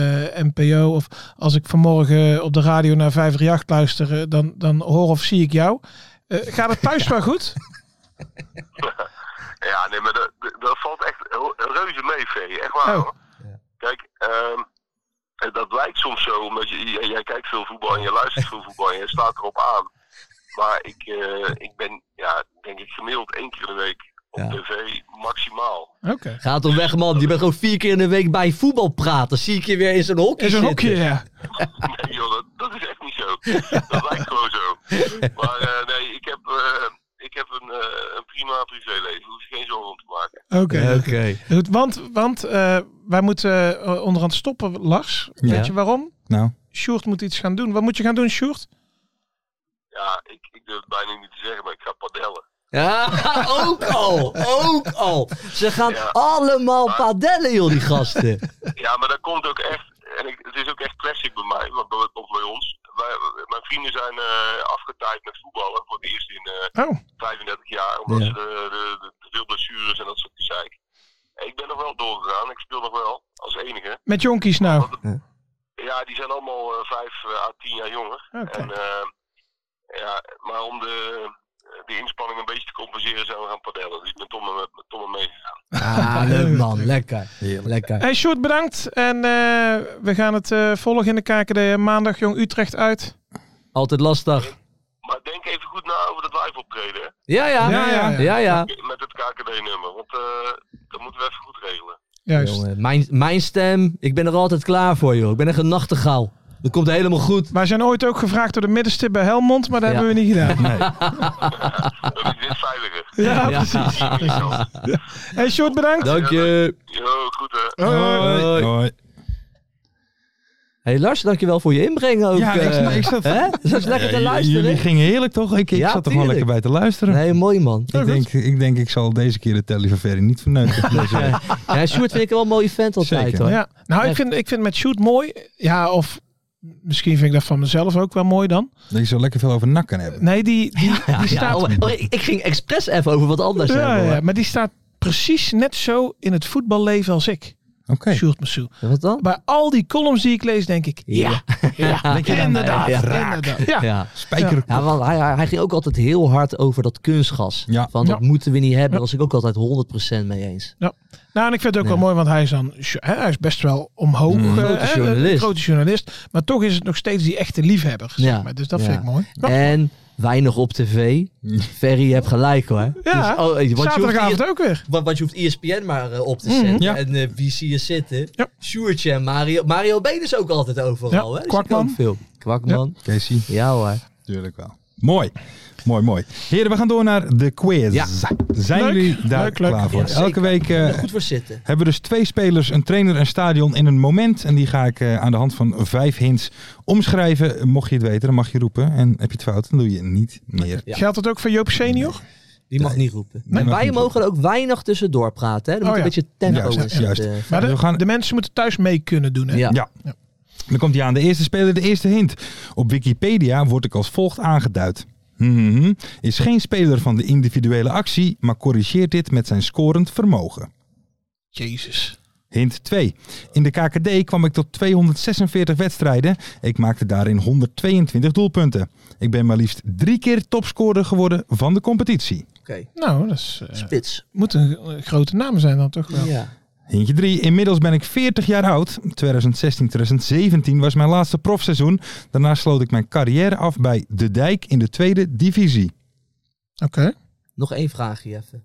NPO, of als ik vanmorgen op de radio naar 538 luister, eh, dan, dan hoor of zie ik jou. Eh, gaat het <laughs> thuis wel goed? Ja, nee, maar dat, dat- dat valt echt heel- reuze mee, Ferry. Echt waar, Oh. hoor. Kijk, ehm, en dat lijkt soms zo, omdat je, jij, jij kijkt veel voetbal en je luistert veel voetbal en je staat erop aan. Maar ik, eh, ik ben, ja, denk ik, gemiddeld één keer in de week op Ja. tv <laughs> maximaal. Oké. Gaat om weg, man. Je bent gewoon vier keer in de week bij voetbal praten. Zie ik je weer in zo'n hokje Is een zitten. hokje, ja. Nee joh, dat, dat is echt niet zo. Dat lijkt gewoon zo. Maar eh, nee, ik heb, eh, ik heb een, eh, een prima privéleven. Daar hoef je geen zorgen om te maken. Oké. Oké. Eh, Goed, want want eh, wij moeten eh, onderhand stoppen, Lars. Ja. Weet je waarom? Nou, Sjoerd moet iets gaan doen. Wat moet je gaan doen, Sjoerd? Ja, ik, ik durf het bijna niet te zeggen, maar ik ga padellen. <laughs> Ja, <laughs> ook al. Ook al. Ze gaan Ja. allemaal padellen, joh, die <laughs> gasten. Ja, maar dat komt ook echt. En ik, het is ook echt classic bij mij, want bij, of bij ons. Wij, mijn vrienden zijn eh afgetaaid met voetballen voor het eerst in eh, Oh, 35 jaar, omdat Ja. ze de, de, de- te veel blessures en dat soort gezeik. Ik ben nog wel doorgegaan, ik speel nog wel, als enige. met jonkies nou. Ja, die zijn allemaal eh, vijf eh, à tien jaar jonger. Oké. En, eh, ja, maar om de, de inspanning een beetje te compenseren zijn we gaan padellen. Dus ik ben Tom, en- met Tom en meegegaan. Ah, leuk, man. Lekker. Lekker. Hey Sjoerd, bedankt. En eh, we gaan het eh, volgen in de KKD. Maandag Jong Utrecht uit. Altijd lastig. Maar denk even goed na over dat live optreden. hè. Ja, ja. Ja, ja. ja, ja. Met het KKD-nummer, want eh, dat moeten we even goed regelen. Juist. Jongen, mijn, mijn stem, ik ben er altijd klaar voor, joh. Ik ben echt een nachtegaal. Dat komt helemaal goed. Wij zijn ooit ook gevraagd door de middenstip bij Helmond, maar dat Ja. hebben we <laughs> niet gedaan. Dan is dit veiliger. <laughs> Ja, Ja. precies. Hey Sjoerd, bedankt. Dank je. Jo, goed hè. Hoi. Hoi. hey, Lars, dankjewel voor je inbreng ook. Ja, ik zat- eh. ik zat- Hè? Zat je lekker te Jullie luisteren? gingen heerlijk toch? Ik, ik Ja, zat er gewoon tuurlijk. lekker bij te luisteren. Nee, mooi man. ik, denk, ik denk, ik zal deze keer de telly van Ferry <laughs> niet verneuken. Deze week. Ja, Sjoerd vind ik wel een mooie vent altijd Zeker. hoor. Ja. Nou, ik Echt. vind, ik vind met Sjoerd mooi. Ja, of misschien vind ik dat van mezelf ook wel mooi dan. Dat ik zo lekker veel over nak kan hebben. Nee, die, die, die Ja, staat... oh, oh, ik, ik ging expres even over wat anders Ja, hebben. ja, hoor. maar die staat precies net zo in het voetballeven als ik. Oké. Sjoerd Massou. Wat dan? Bij al die columns die ik lees, denk ik... Ja, <laughs> inderdaad. Ja. inderdaad. Ja. Ja. Spijker. Ja, want hij, hij- hij ging ook altijd heel hard over dat kunstgas. Ja. Van dat Ja. moeten we niet hebben. Daar was ik ook altijd 100% mee eens. Nou, en ik vind het ook Ja. Mm. wel mooi, want hij is dan hè, hij is best wel omhoog. eh, Grote hè, journalist. Een grote journalist. Maar toch is het nog steeds die echte liefhebber. Ja. Zeg maar. Dus dat Ja. vind ik mooi. Ja. En weinig op tv. Ferry, je hebt gelijk hoor. Ja. Dus, oh, want je hoeft Zaterdagavond ook weer. Want, want je hoeft ESPN maar eh, op te zetten. Mhm. ja. En eh, wie zie je zitten? Ja. Sjoerdje en Mario. Mario Been is ook altijd overal. Ja, Hè? Die Kwakman. zie ik ook Veel. Kwakman. Casey, Ja. hoor. natuurlijk wel. Mooi. Mooi, mooi. Heren, we gaan door naar de quiz. Ja. Zijn Leuk. jullie daar Leuk, leuk. klaar voor? Ja, zeker. Elke week eh, Moet er goed voor zitten. hebben we dus twee spelers, een trainer en stadion in een moment. En die ga ik eh, aan de hand van vijf hints omschrijven. Mocht je het weten, dan mag je roepen. En heb je het fout, dan doe je niet meer. Ja. Geldt dat ook voor Joop Senior? Die mag niet roepen. Nee, en mag wij niet mogen er ook weinig tussendoor praten. Hè? Er moet Oh, een ja. beetje tempo Juist, in zitten. juist. Maar de, we gaan- de mensen moeten thuis mee kunnen doen. Hè? Ja. Ja. Dan komt hij aan. De eerste speler, de eerste hint. Op Wikipedia word ik als volgt aangeduid. Mhm. Is geen speler van de individuele actie, maar corrigeert dit met zijn scorend vermogen. Jezus. Hint 2. In de KKD kwam ik tot 246 wedstrijden. Ik maakte daarin 122 doelpunten. Ik ben maar liefst drie keer topscorer geworden van de competitie. Nou, dat is, eh, Spits. moet een eh, grote naam zijn dan toch wel. Ja. Hintje 3. Inmiddels ben ik 40 jaar oud. 2016-2017 was mijn laatste profseizoen. Daarna sloot ik mijn carrière af bij De Dijk in de tweede divisie. Oké. Nog één vraagje even.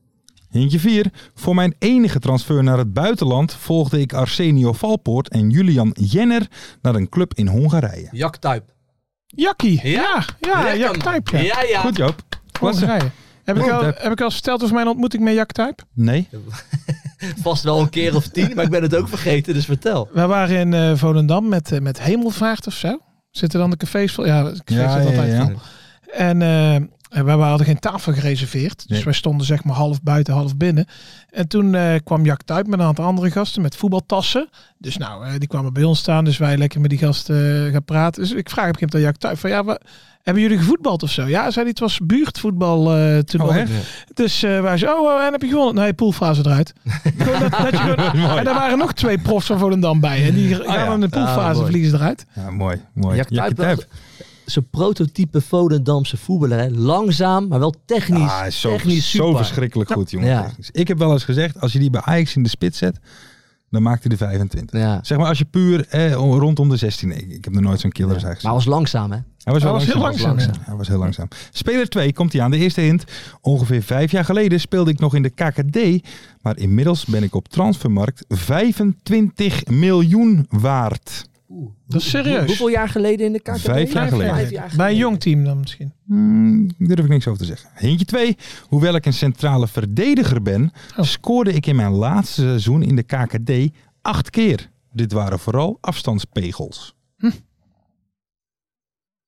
Hintje 4. Voor mijn enige transfer naar het buitenland volgde ik Arsenio Valpoort en Julian Jenner naar een club in Hongarije. Jaktuip. Jakkie. Ja, ja, Lekker. Jak Typ. Ja. Ja, ja. Goed Joop. Klasse. Hongarije. Heb ik, Goed, al, hè. heb ik al verteld over mijn ontmoeting met Jak Typ? Nee. Vast wel een keer of tien, maar ik ben het ook vergeten, dus vertel. We waren in eh, Volendam met, eh, met Hemelvaart of zo. Zitten dan de cafés vol? Ja, cafés Ja, zitten altijd ja, ja. vol. En eh, en wij hadden geen tafel gereserveerd. Dus Nee. wij stonden zeg maar half buiten, half binnen. En toen eh, kwam Jack Tuyp met een aantal andere gasten met voetbaltassen. Dus nou, eh, die kwamen bij ons staan. Dus wij lekker met die gasten eh, gaan praten. Dus ik vraag op een gegeven moment aan Jack Tuyp van ja, wa- hebben jullie gevoetbald of zo? Ja, zei hij, het was buurtvoetbal eh toen. nog. Oh, echt? Dus eh, wij zeiden, oh, eh, en heb je gewonnen? Nee, poolfase eruit. Gewoon dat, dat je gewoon- <laughs> en daar waren nog twee profs van Volendam bij. En die gaan ja. dan in de Ah, poolfase mooi. vliegen ze eruit. Ja, mooi. mooi. Jack Jack Tuyp Tuyp. wel- Zo'n prototype Volendamse voetballer. Hè. Langzaam, maar wel technisch. Ah, hij is zo, technisch zo super. verschrikkelijk goed, jongen. Ja. Technisch. Ik heb wel eens gezegd, als je die bij Ajax in de spits zet, dan maakt hij de 25. Ja. Zeg maar als je puur eh, rondom de 16. Ik, ik heb nog nooit zo'n killer als Maar eigenlijk. was langzaam, hè? Hij was wel Hij was heel langzaam, Hij was heel langzaam. Speler 2 komt hij aan, de eerste hint. Ongeveer vijf jaar geleden speelde ik nog in de KKD. Maar inmiddels ben ik op transfermarkt 25 miljoen waard. Dat is Hoe- serieus. hoeveel jaar geleden in de KKD? Vijf jaar geleden. Vijf jaar bij een geleden. jong team dan misschien. Hmm, daar durf ik niks over te zeggen. Hintje 2. Hoewel ik een centrale verdediger ben, Oh. scoorde ik in mijn laatste seizoen in de KKD acht keer. Dit waren vooral afstandspegels.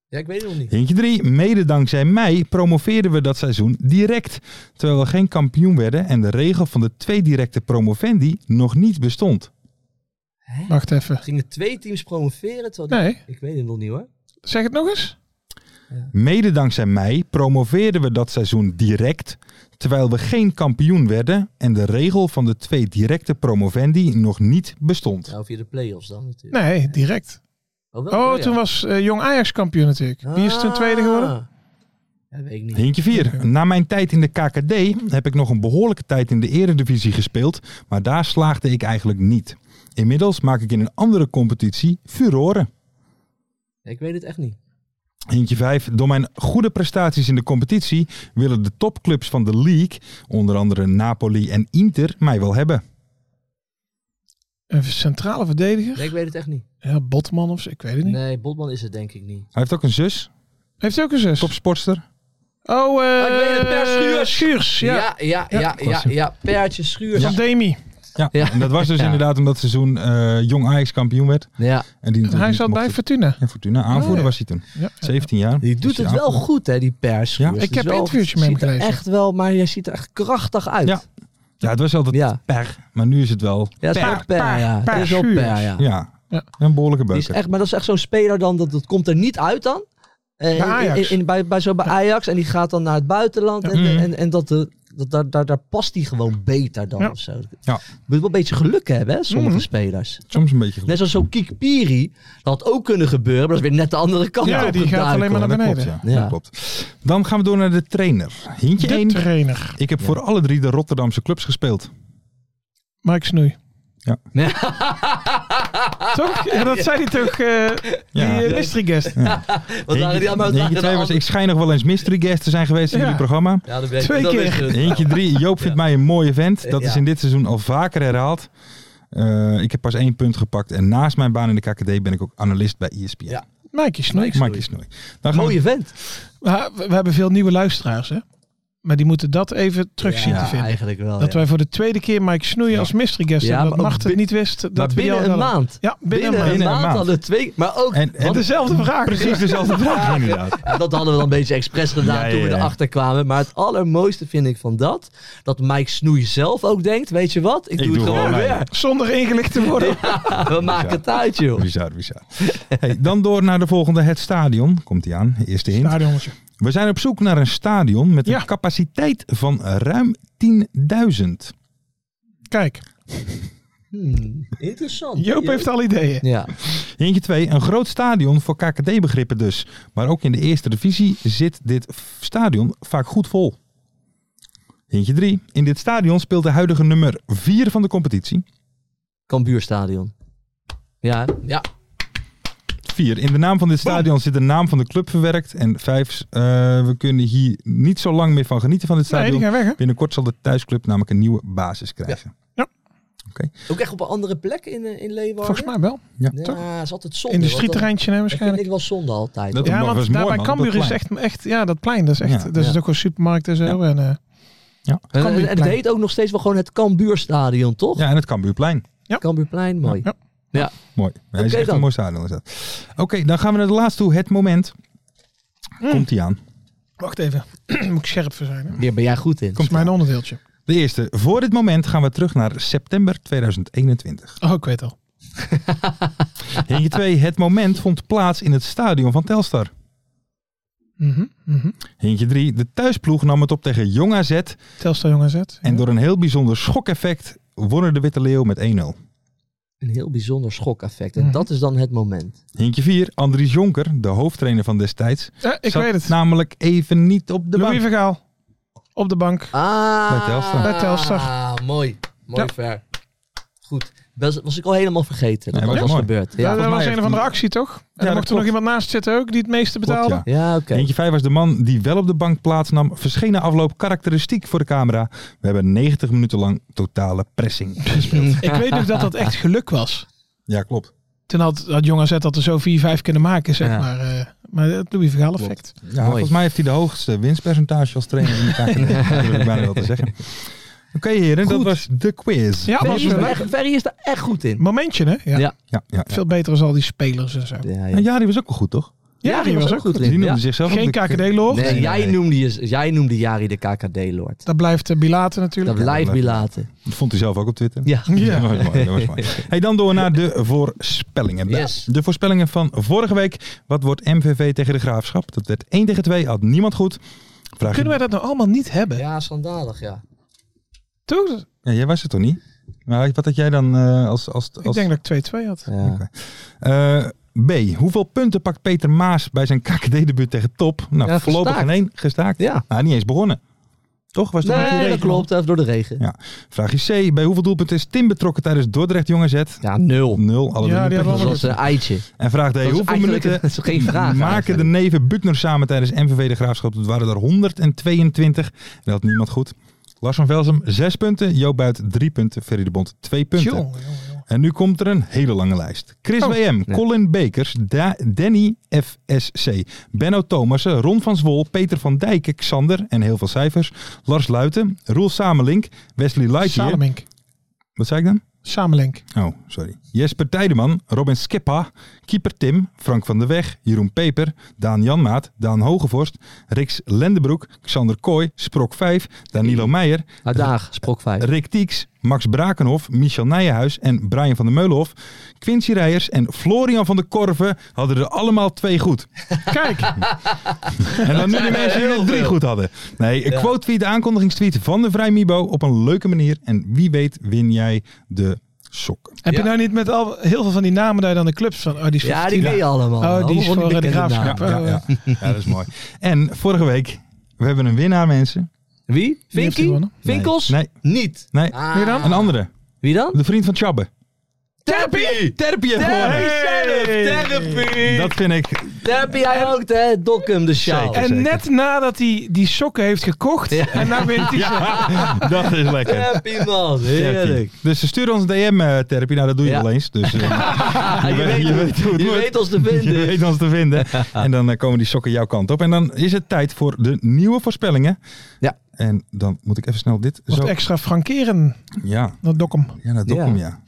Ja, ik weet het nog niet. Hintje 3. Mede dankzij mij promoveerden we dat seizoen direct. Terwijl we geen kampioen werden en de regel van de twee directe promovendi nog niet bestond. Wacht even. Gingen twee teams promoveren? Terwijl die- Nee, Ik weet het nog niet, hoor. zeg het nog eens. Mede dankzij mij promoveerden we dat seizoen direct, terwijl we geen kampioen werden en de regel van de twee directe promovendi nog niet bestond. Nou, via de play-offs dan natuurlijk. Nee, direct. wel, Oh, ja. toen was eh, Jong Ajax kampioen natuurlijk. Wie is toen tweede geworden? Ah. Ja, dat weet ik niet. Hintje 4. Na mijn tijd in de KKD heb ik nog een behoorlijke tijd in de eredivisie gespeeld, maar daar slaagde ik eigenlijk niet. Inmiddels maak ik in een andere competitie furoren. Ik weet het echt niet. Hintje 5. Door mijn goede prestaties in de competitie willen de topclubs van de league, onder andere Napoli en Inter, mij wel hebben. Een centrale verdediger? Nee, ik weet het echt niet. Ja, Botman of zo, ik weet het niet. Nee, Botman is het denk ik niet. Hij heeft ook een zus, Heeft hij ook een zus? topsportster. Oh, eh Ah, ik weet het, Per Schuurs. Schuurs, ja. Ja, ja, ja, ja, ja, Peertje Schuurs. Van Demi. Ja, Ja. en dat was dus Ja. inderdaad omdat seizoen eh, Jong Ajax kampioen werd. Ja. En die natuurlijk Hij niet zat bij mocht- Fortuna. Ja, Fortuna. Aanvoerder Oh, ja. was hij toen. Ja. 17 jaar. Die doet Dus het wel aanvoerder. goed, hè, die pers. Ja. Ik heb een interviewtje met hem gelezen. Echt wel, maar je ziet er echt krachtig uit. Ja. Ja, het was altijd Ja, per, maar nu is het wel ja het is per. wel per, per, ja. per Het is wel Schuurs. per, ja. Ja, Ja. een behoorlijke Die is beuker. echt, maar dat is echt zo'n speler dan, dat, dat komt er niet uit dan. Eh, in- Ajax. In, in- bij, bij, zo bij Ajax en die gaat dan naar het buitenland. En, Mhm. en, en dat, eh, dat, daar, daar, daar past hij gewoon beter dan Ja. of zo. Ja. Moet wel een beetje geluk hebben, hè, sommige Mhm. spelers. Soms een beetje Net goed. zoals zo'n Kikpiri. Dat had ook kunnen gebeuren, maar dat is weer net de andere kant Ja, op die gaat geduikeld. alleen maar naar dat beneden. klopt, ja. Ja. Dat klopt. Dan gaan we door naar de trainer. Hintje De 1. trainer. Ik heb voor alle drie de Rotterdamse clubs gespeeld. Mike Snoei. Nee. <laughs> Toch? Ja, dat zei hij toch, eh, Ja. die eh, mystery guest. Wat waren die allemaal? Hintje 2 was, ik schijn nog wel eens mystery guest te zijn geweest in Ja. jullie programma. Ja, dat weet- Twee dat keer. weet je het. Hintje 3, Joop vindt mij een mooie vent. Dat is Ja. in dit seizoen al vaker herhaald. Eh, ik heb pas één punt gepakt. En naast mijn baan in de KKD ben ik ook analist bij E ESPN. Ja. Mike Snoei. Mike is nooit. Dan gaan we- Mooie vent. Maar We, we hebben veel nieuwe luisteraars, hè? Maar die moeten dat even terug zien te Ja, vinden. eigenlijk wel. Dat ja. wij voor de tweede keer Mike Snoei als mystery guest Ja, hebben. Dat maar ook Macht het bin- niet wist. Maar Dat we die binnen al een hadden. maand. Ja, binnen, Binnen een een maand. maand maand. hadden we twee, maar ook en, en Wat dezelfde vraag. precies <laughs> dezelfde vraag inderdaad. Ja, dat hadden we dan een beetje expres gedaan Ja, ja, toen we ja. erachter kwamen. Maar het allermooiste vind ik van dat, dat Mike Snoei zelf ook denkt, weet je wat, ik, doe het doe gewoon gewoon weer. mee. Zonder ingelicht te worden. <laughs> We maken het uit, joh. Bizar, bizar. Hey, dan door naar de volgende. Het stadion. Komt die aan. Eerste hint. Stadionnetje. We zijn op zoek naar een stadion met Ja. een capaciteit van ruim 10.000. Kijk. Hmm, interessant. Joop heeft al ideeën. Ja. Eentje 2. Een groot stadion voor KKD-begrippen dus. Maar ook in de eerste divisie zit dit f- stadion vaak goed vol. Eentje 3. In dit stadion speelt de huidige nummer 4 van de competitie. Kambuurstadion. Ja, ja. 4. In de naam van dit stadion zit de naam van de club verwerkt. En 5. we kunnen hier niet zo lang meer van genieten van dit Nee, stadion. die gaan weg, hè? Binnenkort zal de thuisclub namelijk een nieuwe basis krijgen. Ook echt op een andere plek in, eh, in Leeuwarden? Volgens mij wel. Ja, Ja, toch? het is altijd zonde. want Industrieterreintje, hè, dat- Dat vind waarschijnlijk. ik wel zonde altijd. Dat- Ja, was want mooi, daar bij man, Cambuur dat is plein. echt, echt... Ja, dat plein, dat is echt... Ja, dat is ja. ook wel supermarkt en zo. En, en, en- eh, en het Cambuurplein. heet ook nog steeds wel gewoon het Kambuurstadion, toch? Ja, en het Cambuurplein. Kambuurplein, mooi. Ja. Mooi. Hij is Oké echt dan. een mooi stadion. Is dat. Oké, dan gaan we naar de laatste toe. Het moment. Mm. Komt hij aan. Wacht even. <clears throat> Moet ik scherp voor zijn, hè? Hier ben jij goed in. Dat is mijn onderdeeltje. De eerste. Voor dit moment gaan we terug naar september <laughs> 2021. Oh, ik weet al. Eentje 2. Het moment vond plaats in het stadion van Telstar. Mhm, mhm. Eentje 3. De thuisploeg nam het op tegen Jong AZ. Telstar Jong AZ. En door een heel bijzonder schokeffect wonnen de Witte Leeuw met 1-0. Een heel bijzonder schokeffect. En Mhm. dat is dan het moment. Eentje 4. Andries Jonker, de hoofdtrainer van destijds, Ja, ik zat Nou- weet het. namelijk even niet op de Louis bank. Vergaal. Op de bank. Ah, Bij Telstar. Bij Telstar. Ah, mooi. Mooi Ja. ver. Goed. Was, was ik al helemaal vergeten. Dat dat Nee, was was mooi. gebeurd. Ja, Ja, dat volgens mij was een of heeft- andere actie, toch? En dan dat mocht er nog klopt. iemand naast zitten ook, die het meeste betaalde. Klopt, ja. ja oké. Eentje 5 was de man die wel op de bank plaatsnam. Verscheen na afloop karakteristiek voor de camera. We hebben 90 minuten lang totale pressing gespeeld. Ik weet nog dat dat <laughs> echt geluk was. ja, klopt. Toen had, had Jong AZ dat er zo 4-5 kunnen maken, zeg Ja. maar. eh, maar het Louis Vergaal effect. Ja, volgens mij heeft hij de hoogste winstpercentage als trainer in de KKD. Dat wil ik bijna wel te zeggen. Oké heren, dat Goed. was de quiz. Ja, Ferry was is, wel daar leuk. echt- Ferry is daar echt goed in. Momentje, hè? Ja. Ja. Ja, ja, ja. Veel beter als al die spelers en zo. Ja, Ja, ja. En Jari was ook wel goed, toch? Ja, die was ook goed. Die noemde Ja. zichzelf ook Geen de- KKD-lor. Nee, Nee, jij, nee. Noemde je, jij noemde Jari de KKD-lord. Dat blijft eh, Bilate Dat natuurlijk. blijft blijft- bilaten. Dat vond hij zelf ook op Twitter. Ja. <laughs> Ja, dat was mooi, dat was <laughs> mooi. Hey, dan door naar de voorspellingen. Nou, Yes. De voorspellingen van vorige week. Wat wordt MVV tegen de Graafschap? Dat werd 1 tegen 2, had niemand goed. Vraag Kunnen wij dat nou allemaal niet hebben? Ja, schandalig, ja. Toch? Ja, jij was het toch niet? Maar wat had jij dan eh, als... als, als Ik denk dat ik 2-2 had. ja. Oké. Eh, B. Hoeveel punten pakt Peter Maas bij zijn KKD-debuut tegen Top? Nou, Ja, voorlopig gestaakt. geen één. Gestaakt. Ja. Nou, niet eens begonnen. Toch? Was het nog niet Nee, dat geregeld? klopt. Even door de regen. Ja. Vraagje C. Bij hoeveel doelpunten is Tim betrokken tijdens Dordrecht Jong AZ? Ja, nul. 0. Alle Ja, drie die punten. hadden Dat we was een eitje. En vraag D. is Hoeveel eigenlijk- minuten dat is geen vraag <laughs> maken eigenlijk. de neven Butner samen tijdens MVV de Graafschap? Dat waren er 122. Dat had niemand goed. Lars van Velzem 6 punten. Joop Buit 3 punten. Ferry de Bond 2 punten. Jongen, jongen, jongen. En nu komt er een hele lange lijst. Chris Oh. WM, Colin Bekers, Da- Danny FSC, Benno Thomassen, Ron van Zwol, Peter van Dijk, Xander en heel veel cijfers. Lars Luiten, Roel Samelink, Wesley Lightyear. Samenlink. Wat zei ik dan? Samenlink. Oh, sorry. Jesper Tijdeman, Robin Skippa, Keeper Tim, Frank van der Weg, Jeroen Peper, Daan Janmaat, Daan Hogevorst, Rix Lendebroek, Xander Kooi, Sprok 5, Danilo Meijer, Uitdaag, sprok 5. Rick Tieks, Max Brakenhof, Michel Nijenhuis en Brian van der Meulenhof. Quincy Rijers en Florian van der Korven hadden er allemaal twee goed. Kijk, <laughs> En dan nu de mensen die er drie goed hadden. Nee, een quote tweet, aankondigingstweet van de Vrij Mibo op een leuke manier. En wie weet win jij de sokken. heb je Ja. nou niet met al heel veel van die namen daar dan de clubs van? Oh, die is Ja, van die ken je allemaal. Oh, die Allemaal is van voor, eh, de bekende Graafschap. namen. Ja, ja, ja, dat is mooi. En vorige week, we hebben een winnaar mensen. Wie? Wie heeft Vinky? gewonnen? Vinkels? Nee, Niet. nee. Ah. Wie dan? Een andere, Wie dan? de vriend van Chabbe. Terpie! Terpie heeft Terpie gewonnen. zelf! Terpie! Dat vind ik, <laughs> Terpie, jij ook, hè? Dokkum, de sjaal. Zeker. En net nadat hij die sokken heeft gekocht, Ja. en nou wint <laughs> hij ze. dat is lekker. Terpie, man. Therapie. Heerlijk. Dus ze sturen ons een DM, eh Therapie. Nou, dat doe je Ja. wel eens. Dus eh, <laughs> Ah, je, je weet, weet hoe het je moet. weet ons te <laughs> je vinden. weet ons te vinden. En dan eh, komen die sokken jouw kant op. En dan is het tijd voor de nieuwe voorspellingen. Ja. En dan moet ik even snel dit Wat zo... extra frankeren, Ja, dat dokkum. ja naar Dokkum, ja.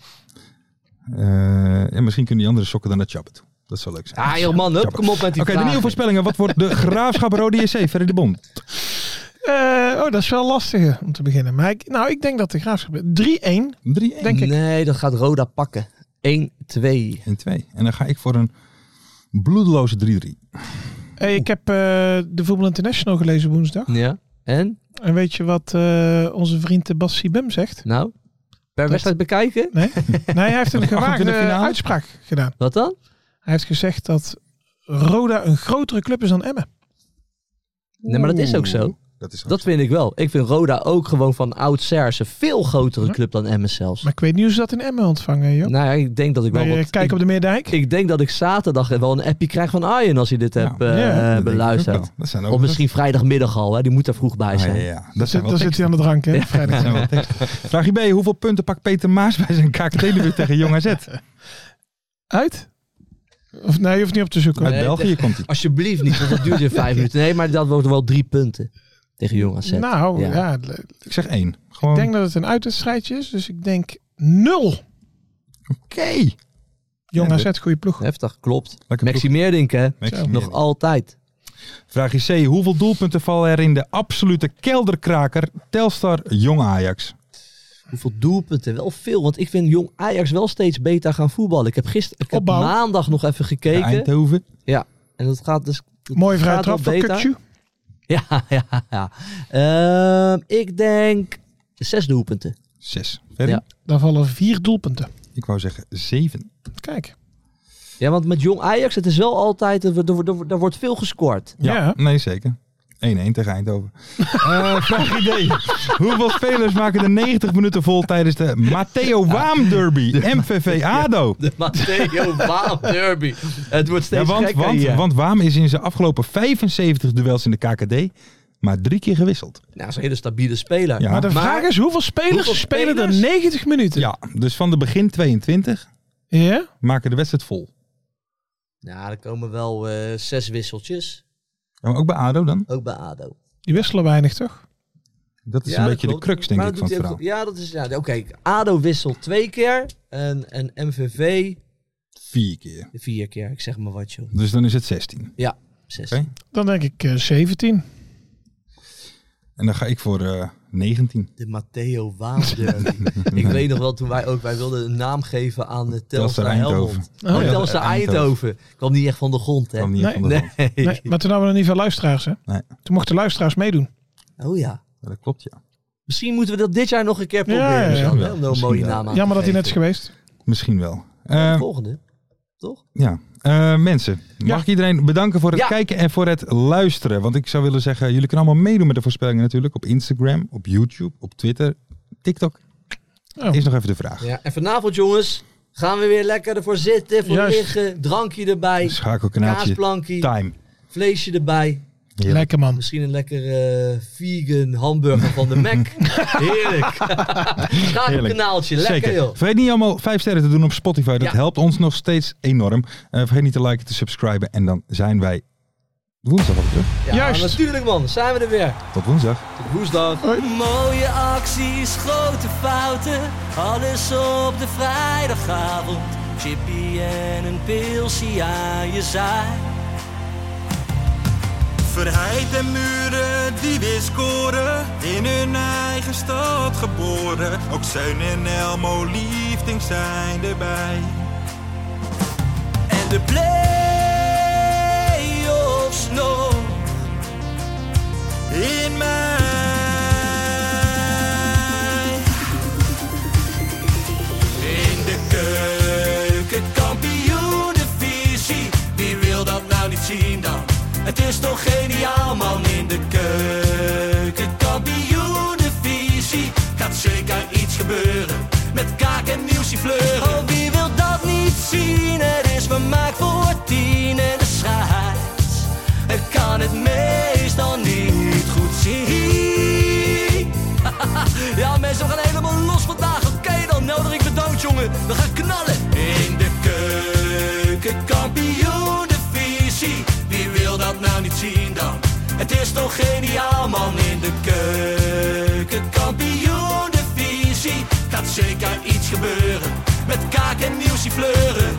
Eh, en misschien kunnen die andere sokken dan naar Chabbe toe. Dat zou leuk zijn. Ah joh man, hup, Chabbe. kom op met die Oké, de nieuwe vragen. voorspellingen. Wat wordt <laughs> de Graafschap Rode JC? Ferry de Bon. Eh, oh, dat is wel lastig om te beginnen. Maar ik, nou, ik denk dat de Graafschap... 3-1, 3, 1, denk ik. Nee, dat gaat Roda pakken. 1, 2. 2. En dan ga ik voor een bloedeloze 3-3. Hey, ik heb eh, de Voetbal International gelezen woensdag. Ja. En? En weet je wat eh, onze vriend de Bas eh, Sibem zegt? Nou? Per wedstrijd bekijken? <laughs> Nee? nee, hij heeft een gewaagde 28e finale? uitspraak gedaan. Wat dan? Hij heeft gezegd dat Roda een grotere club is dan Emmen. Nee, maar dat is ook zo. Dat is Dat vind ik wel. Ik vind Roda ook gewoon van oudsher een veel grotere Ja. club dan Emmen zelfs. Maar ik weet niet hoe ze dat in Emmen ontvangen, joh. Nou ja, ik denk dat ik wel Bij, eh, wat... kijk op de Meerdijk. Ik denk dat ik zaterdag wel een appie krijg van Arjen als hij dit heb eh, ja, dat denk beluisterd. Dat zijn ook Of misschien vrijdagmiddag al, hè. die moet er vroeg bij Ah, ja, zijn. ja. Dat zijn Zit- wel dan zit hij aan de drank, hè? Vrijdag. <laughs> teksten. Dat zijn wel teksten. Vraagje B. Hoeveel punten pakt Peter Maas bij zijn KKT-debuut <laughs> tegen Jong AZ? Uit? Of, nee, je hoeft niet op te zoeken. Uit Nee, België komt hij. Alsjeblieft niet, want dat duurt in <laughs> vijf minuten. Nee, maar dat wordt wel drie punten tegen Jong AZ. nou, Ja. ja. Ik zeg één. Ik Gewoon, denk dat het een uitwedstrijdje is, dus ik denk nul. oké. Jong Ja, AZ, goede ploeg. Heftig, klopt. Lekker Maxi Meerdink, hè? Maxi Nog Meerdink. altijd. Vraagje C. Hoeveel doelpunten vallen er in de absolute kelderkraker Telstar Jong Ajax? Hoeveel doelpunten? Wel veel, want ik vind Jong Ajax wel steeds beter gaan voetballen. Ik heb gisteren, ik heb Opbouw. maandag nog even De gekeken. Eindhoven. En dat gaat dus... dat Mooie gaat vrije wel trap van beter. Kukcu. <laughs> Ja, ja, ja. Ehm, ik denk zes doelpunten. Zes. Ferry? Ja. Daar vallen vier doelpunten. Ik wou zeggen zeven. Kijk. Ja, want met Jong Ajax, het is wel altijd, er, er, er- er wordt veel gescoord. Ja. Nee, zeker. 1-1 tegen Eindhoven. <laughs> Eh vraag idee. Hoeveel spelers maken de 90 minuten vol tijdens de Matteo Waam Derby? MVV ADO. De <laughs> Matteo Waam Derby. Het wordt Ja, steeds want, gekker want, hier. want Waam is in zijn afgelopen 75 duels in de KKD maar drie keer gewisseld. Nou, dat is een hele stabiele speler. Ja. Maar de Maar- vraag is, hoeveel spelers Hoeveel spelen er spelers? 90 minuten? Ja, dus van de begin 22 Ja? maken de wedstrijd vol. Nou, er komen wel eh, zes wisseltjes. Ja, maar ook bij ADO dan? Ook bij ADO. Die wisselen weinig, toch? Dat is Ja, een dat beetje klopt. de crux, denk Maar ik, dat van doet het verhaal. hij ook- Ja, dat is... Ja, Oké, ADO wisselt twee keer. En, en MVV Vier keer. vier keer. Ik zeg maar wat, joh. Dus dan is het 16. Ja, zes. Oké. Dan denk ik eh, 17. En dan ga ik voor eh 19. De Matteo Waam <laughs> Derby. <laughs> ik weet nog wel, toen wij ook... Wij wilden een naam geven aan de Telstar Telstar Helmond. Eindhoven. Oh, ja. Telstar Eindhoven. Eindhoven. Kwam niet echt van de grond, hè? Kwam niet Nee, van de grond. Nee, maar toen hadden we nog niet veel luisteraars, hè? Nee. Toen mochten luisteraars meedoen. Oh ja. Ja, Dat klopt, ja. Misschien moeten we dat dit jaar nog een keer Ja, proberen. ja, ja. Zo, hè, om er een Misschien mooie wel. naam aan Jammer dat te hij net is geven. geweest. Misschien wel. De Eh, Volgende. Ja, Eh, mensen, mag Ja. ik iedereen bedanken voor het Ja. kijken en voor het luisteren. Want ik zou willen zeggen, jullie kunnen allemaal meedoen met de voorspellingen natuurlijk. Op Instagram, op YouTube, op Twitter, TikTok. Oh. Is nog even de vraag. Ja, en vanavond, jongens, gaan we weer lekker ervoor zitten, voor Juist. liggen. Drankje erbij, Schakelkanaaltje, kaasplankje, time. vleesje erbij. Heerlijk. Lekker, man. Misschien een lekker eh, vegan hamburger van de <laughs> Mac. Heerlijk. <laughs> Schakelkanaaltje, lekker Zeker. joh. Vergeet niet allemaal vijf sterren te doen op Spotify. Dat Ja. helpt ons nog steeds enorm. Eh, vergeet niet te liken, te subscriben. En dan zijn wij woensdag op terug. Ja, Juist. natuurlijk man, zijn we er weer. Tot woensdag. Tot woensdag. Mooie acties, grote fouten, alles op de vrijdagavond. Chippy en een pilsie aan je zaai. Verheid en muren die weer scoren, in hun eigen stad geboren. Ook Zeun en Elmo liefding zijn erbij. En de play-offs nog. In mij. In de keuken, kampioenenvisie. Wie wil dat nou niet zien dan? Het is toch geniaal man in de keuken, kampioenenvisie. Gaat zeker iets gebeuren met kaak en nieuwsie fleuren. Oh, wie wil dat niet zien? Het is vermaakt voor tien en de scheids. Ik kan het meestal niet goed zien. Ja, mensen, we gaan helemaal los vandaag. Oké, dan nodig ik bedankt, jongen. We gaan knallen. In de keuken, kampioen, de visie. Wie wil dat nou niet zien dan? Het is toch geniaal, man. In de keuken, kampioen, de visie. Gaat zeker iets gebeuren. Met kaak en nieuwsie fleuren.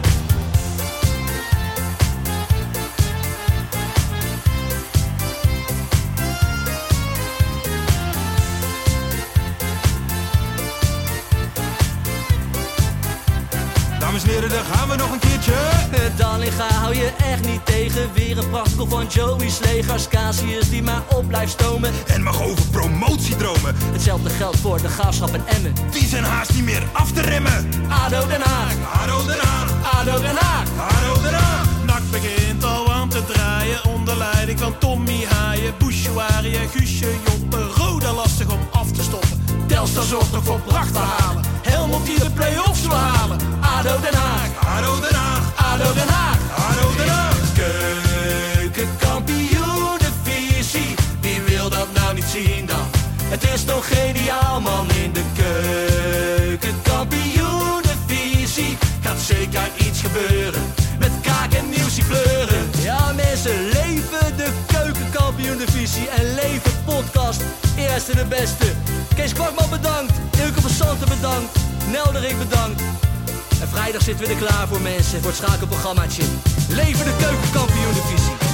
Dan Dames en heren, daar gaan we nog een keertje. Eh, Dallinga hou je echt niet tegen. Weer een prachtkel van Joey's legers. Casius die maar op blijft stomen. En mag over promotiedromen. Hetzelfde geldt voor de graafschap en Emmen. Die zijn haast niet meer af te remmen. ADO Den Haag, Haro Den Haag, ADO Den Haag. Haro Den Haag. Nak begint al aan te draaien onder leiding van Tommy Haaien, Bouchouari en Guusje Joppen. Roda lastig om af te stoppen. Telstar zorgt nog voor pracht te halen. Helmond die de play-offs wil halen. ADO Den Haag, Haro Den Haag, ADO Den Haag. Haro Den Haag. Keukenkampioenenvisie, wie wil dat nou niet zien dan? Het is toch geniaal man in de keukenkampioenenvisie. Gaat zeker iets gebeuren, met kaak en nieuwsie pleuren. Ja mensen, leven de keukenkampioen divisie en leven podcast. Eerste de beste. Kees Kwakman bedankt, Ilke van Santen bedankt, Nelderik bedankt. En vrijdag zitten we er klaar voor mensen, voor het schakelprogrammaatje. Leven de keukenkampioen divisie.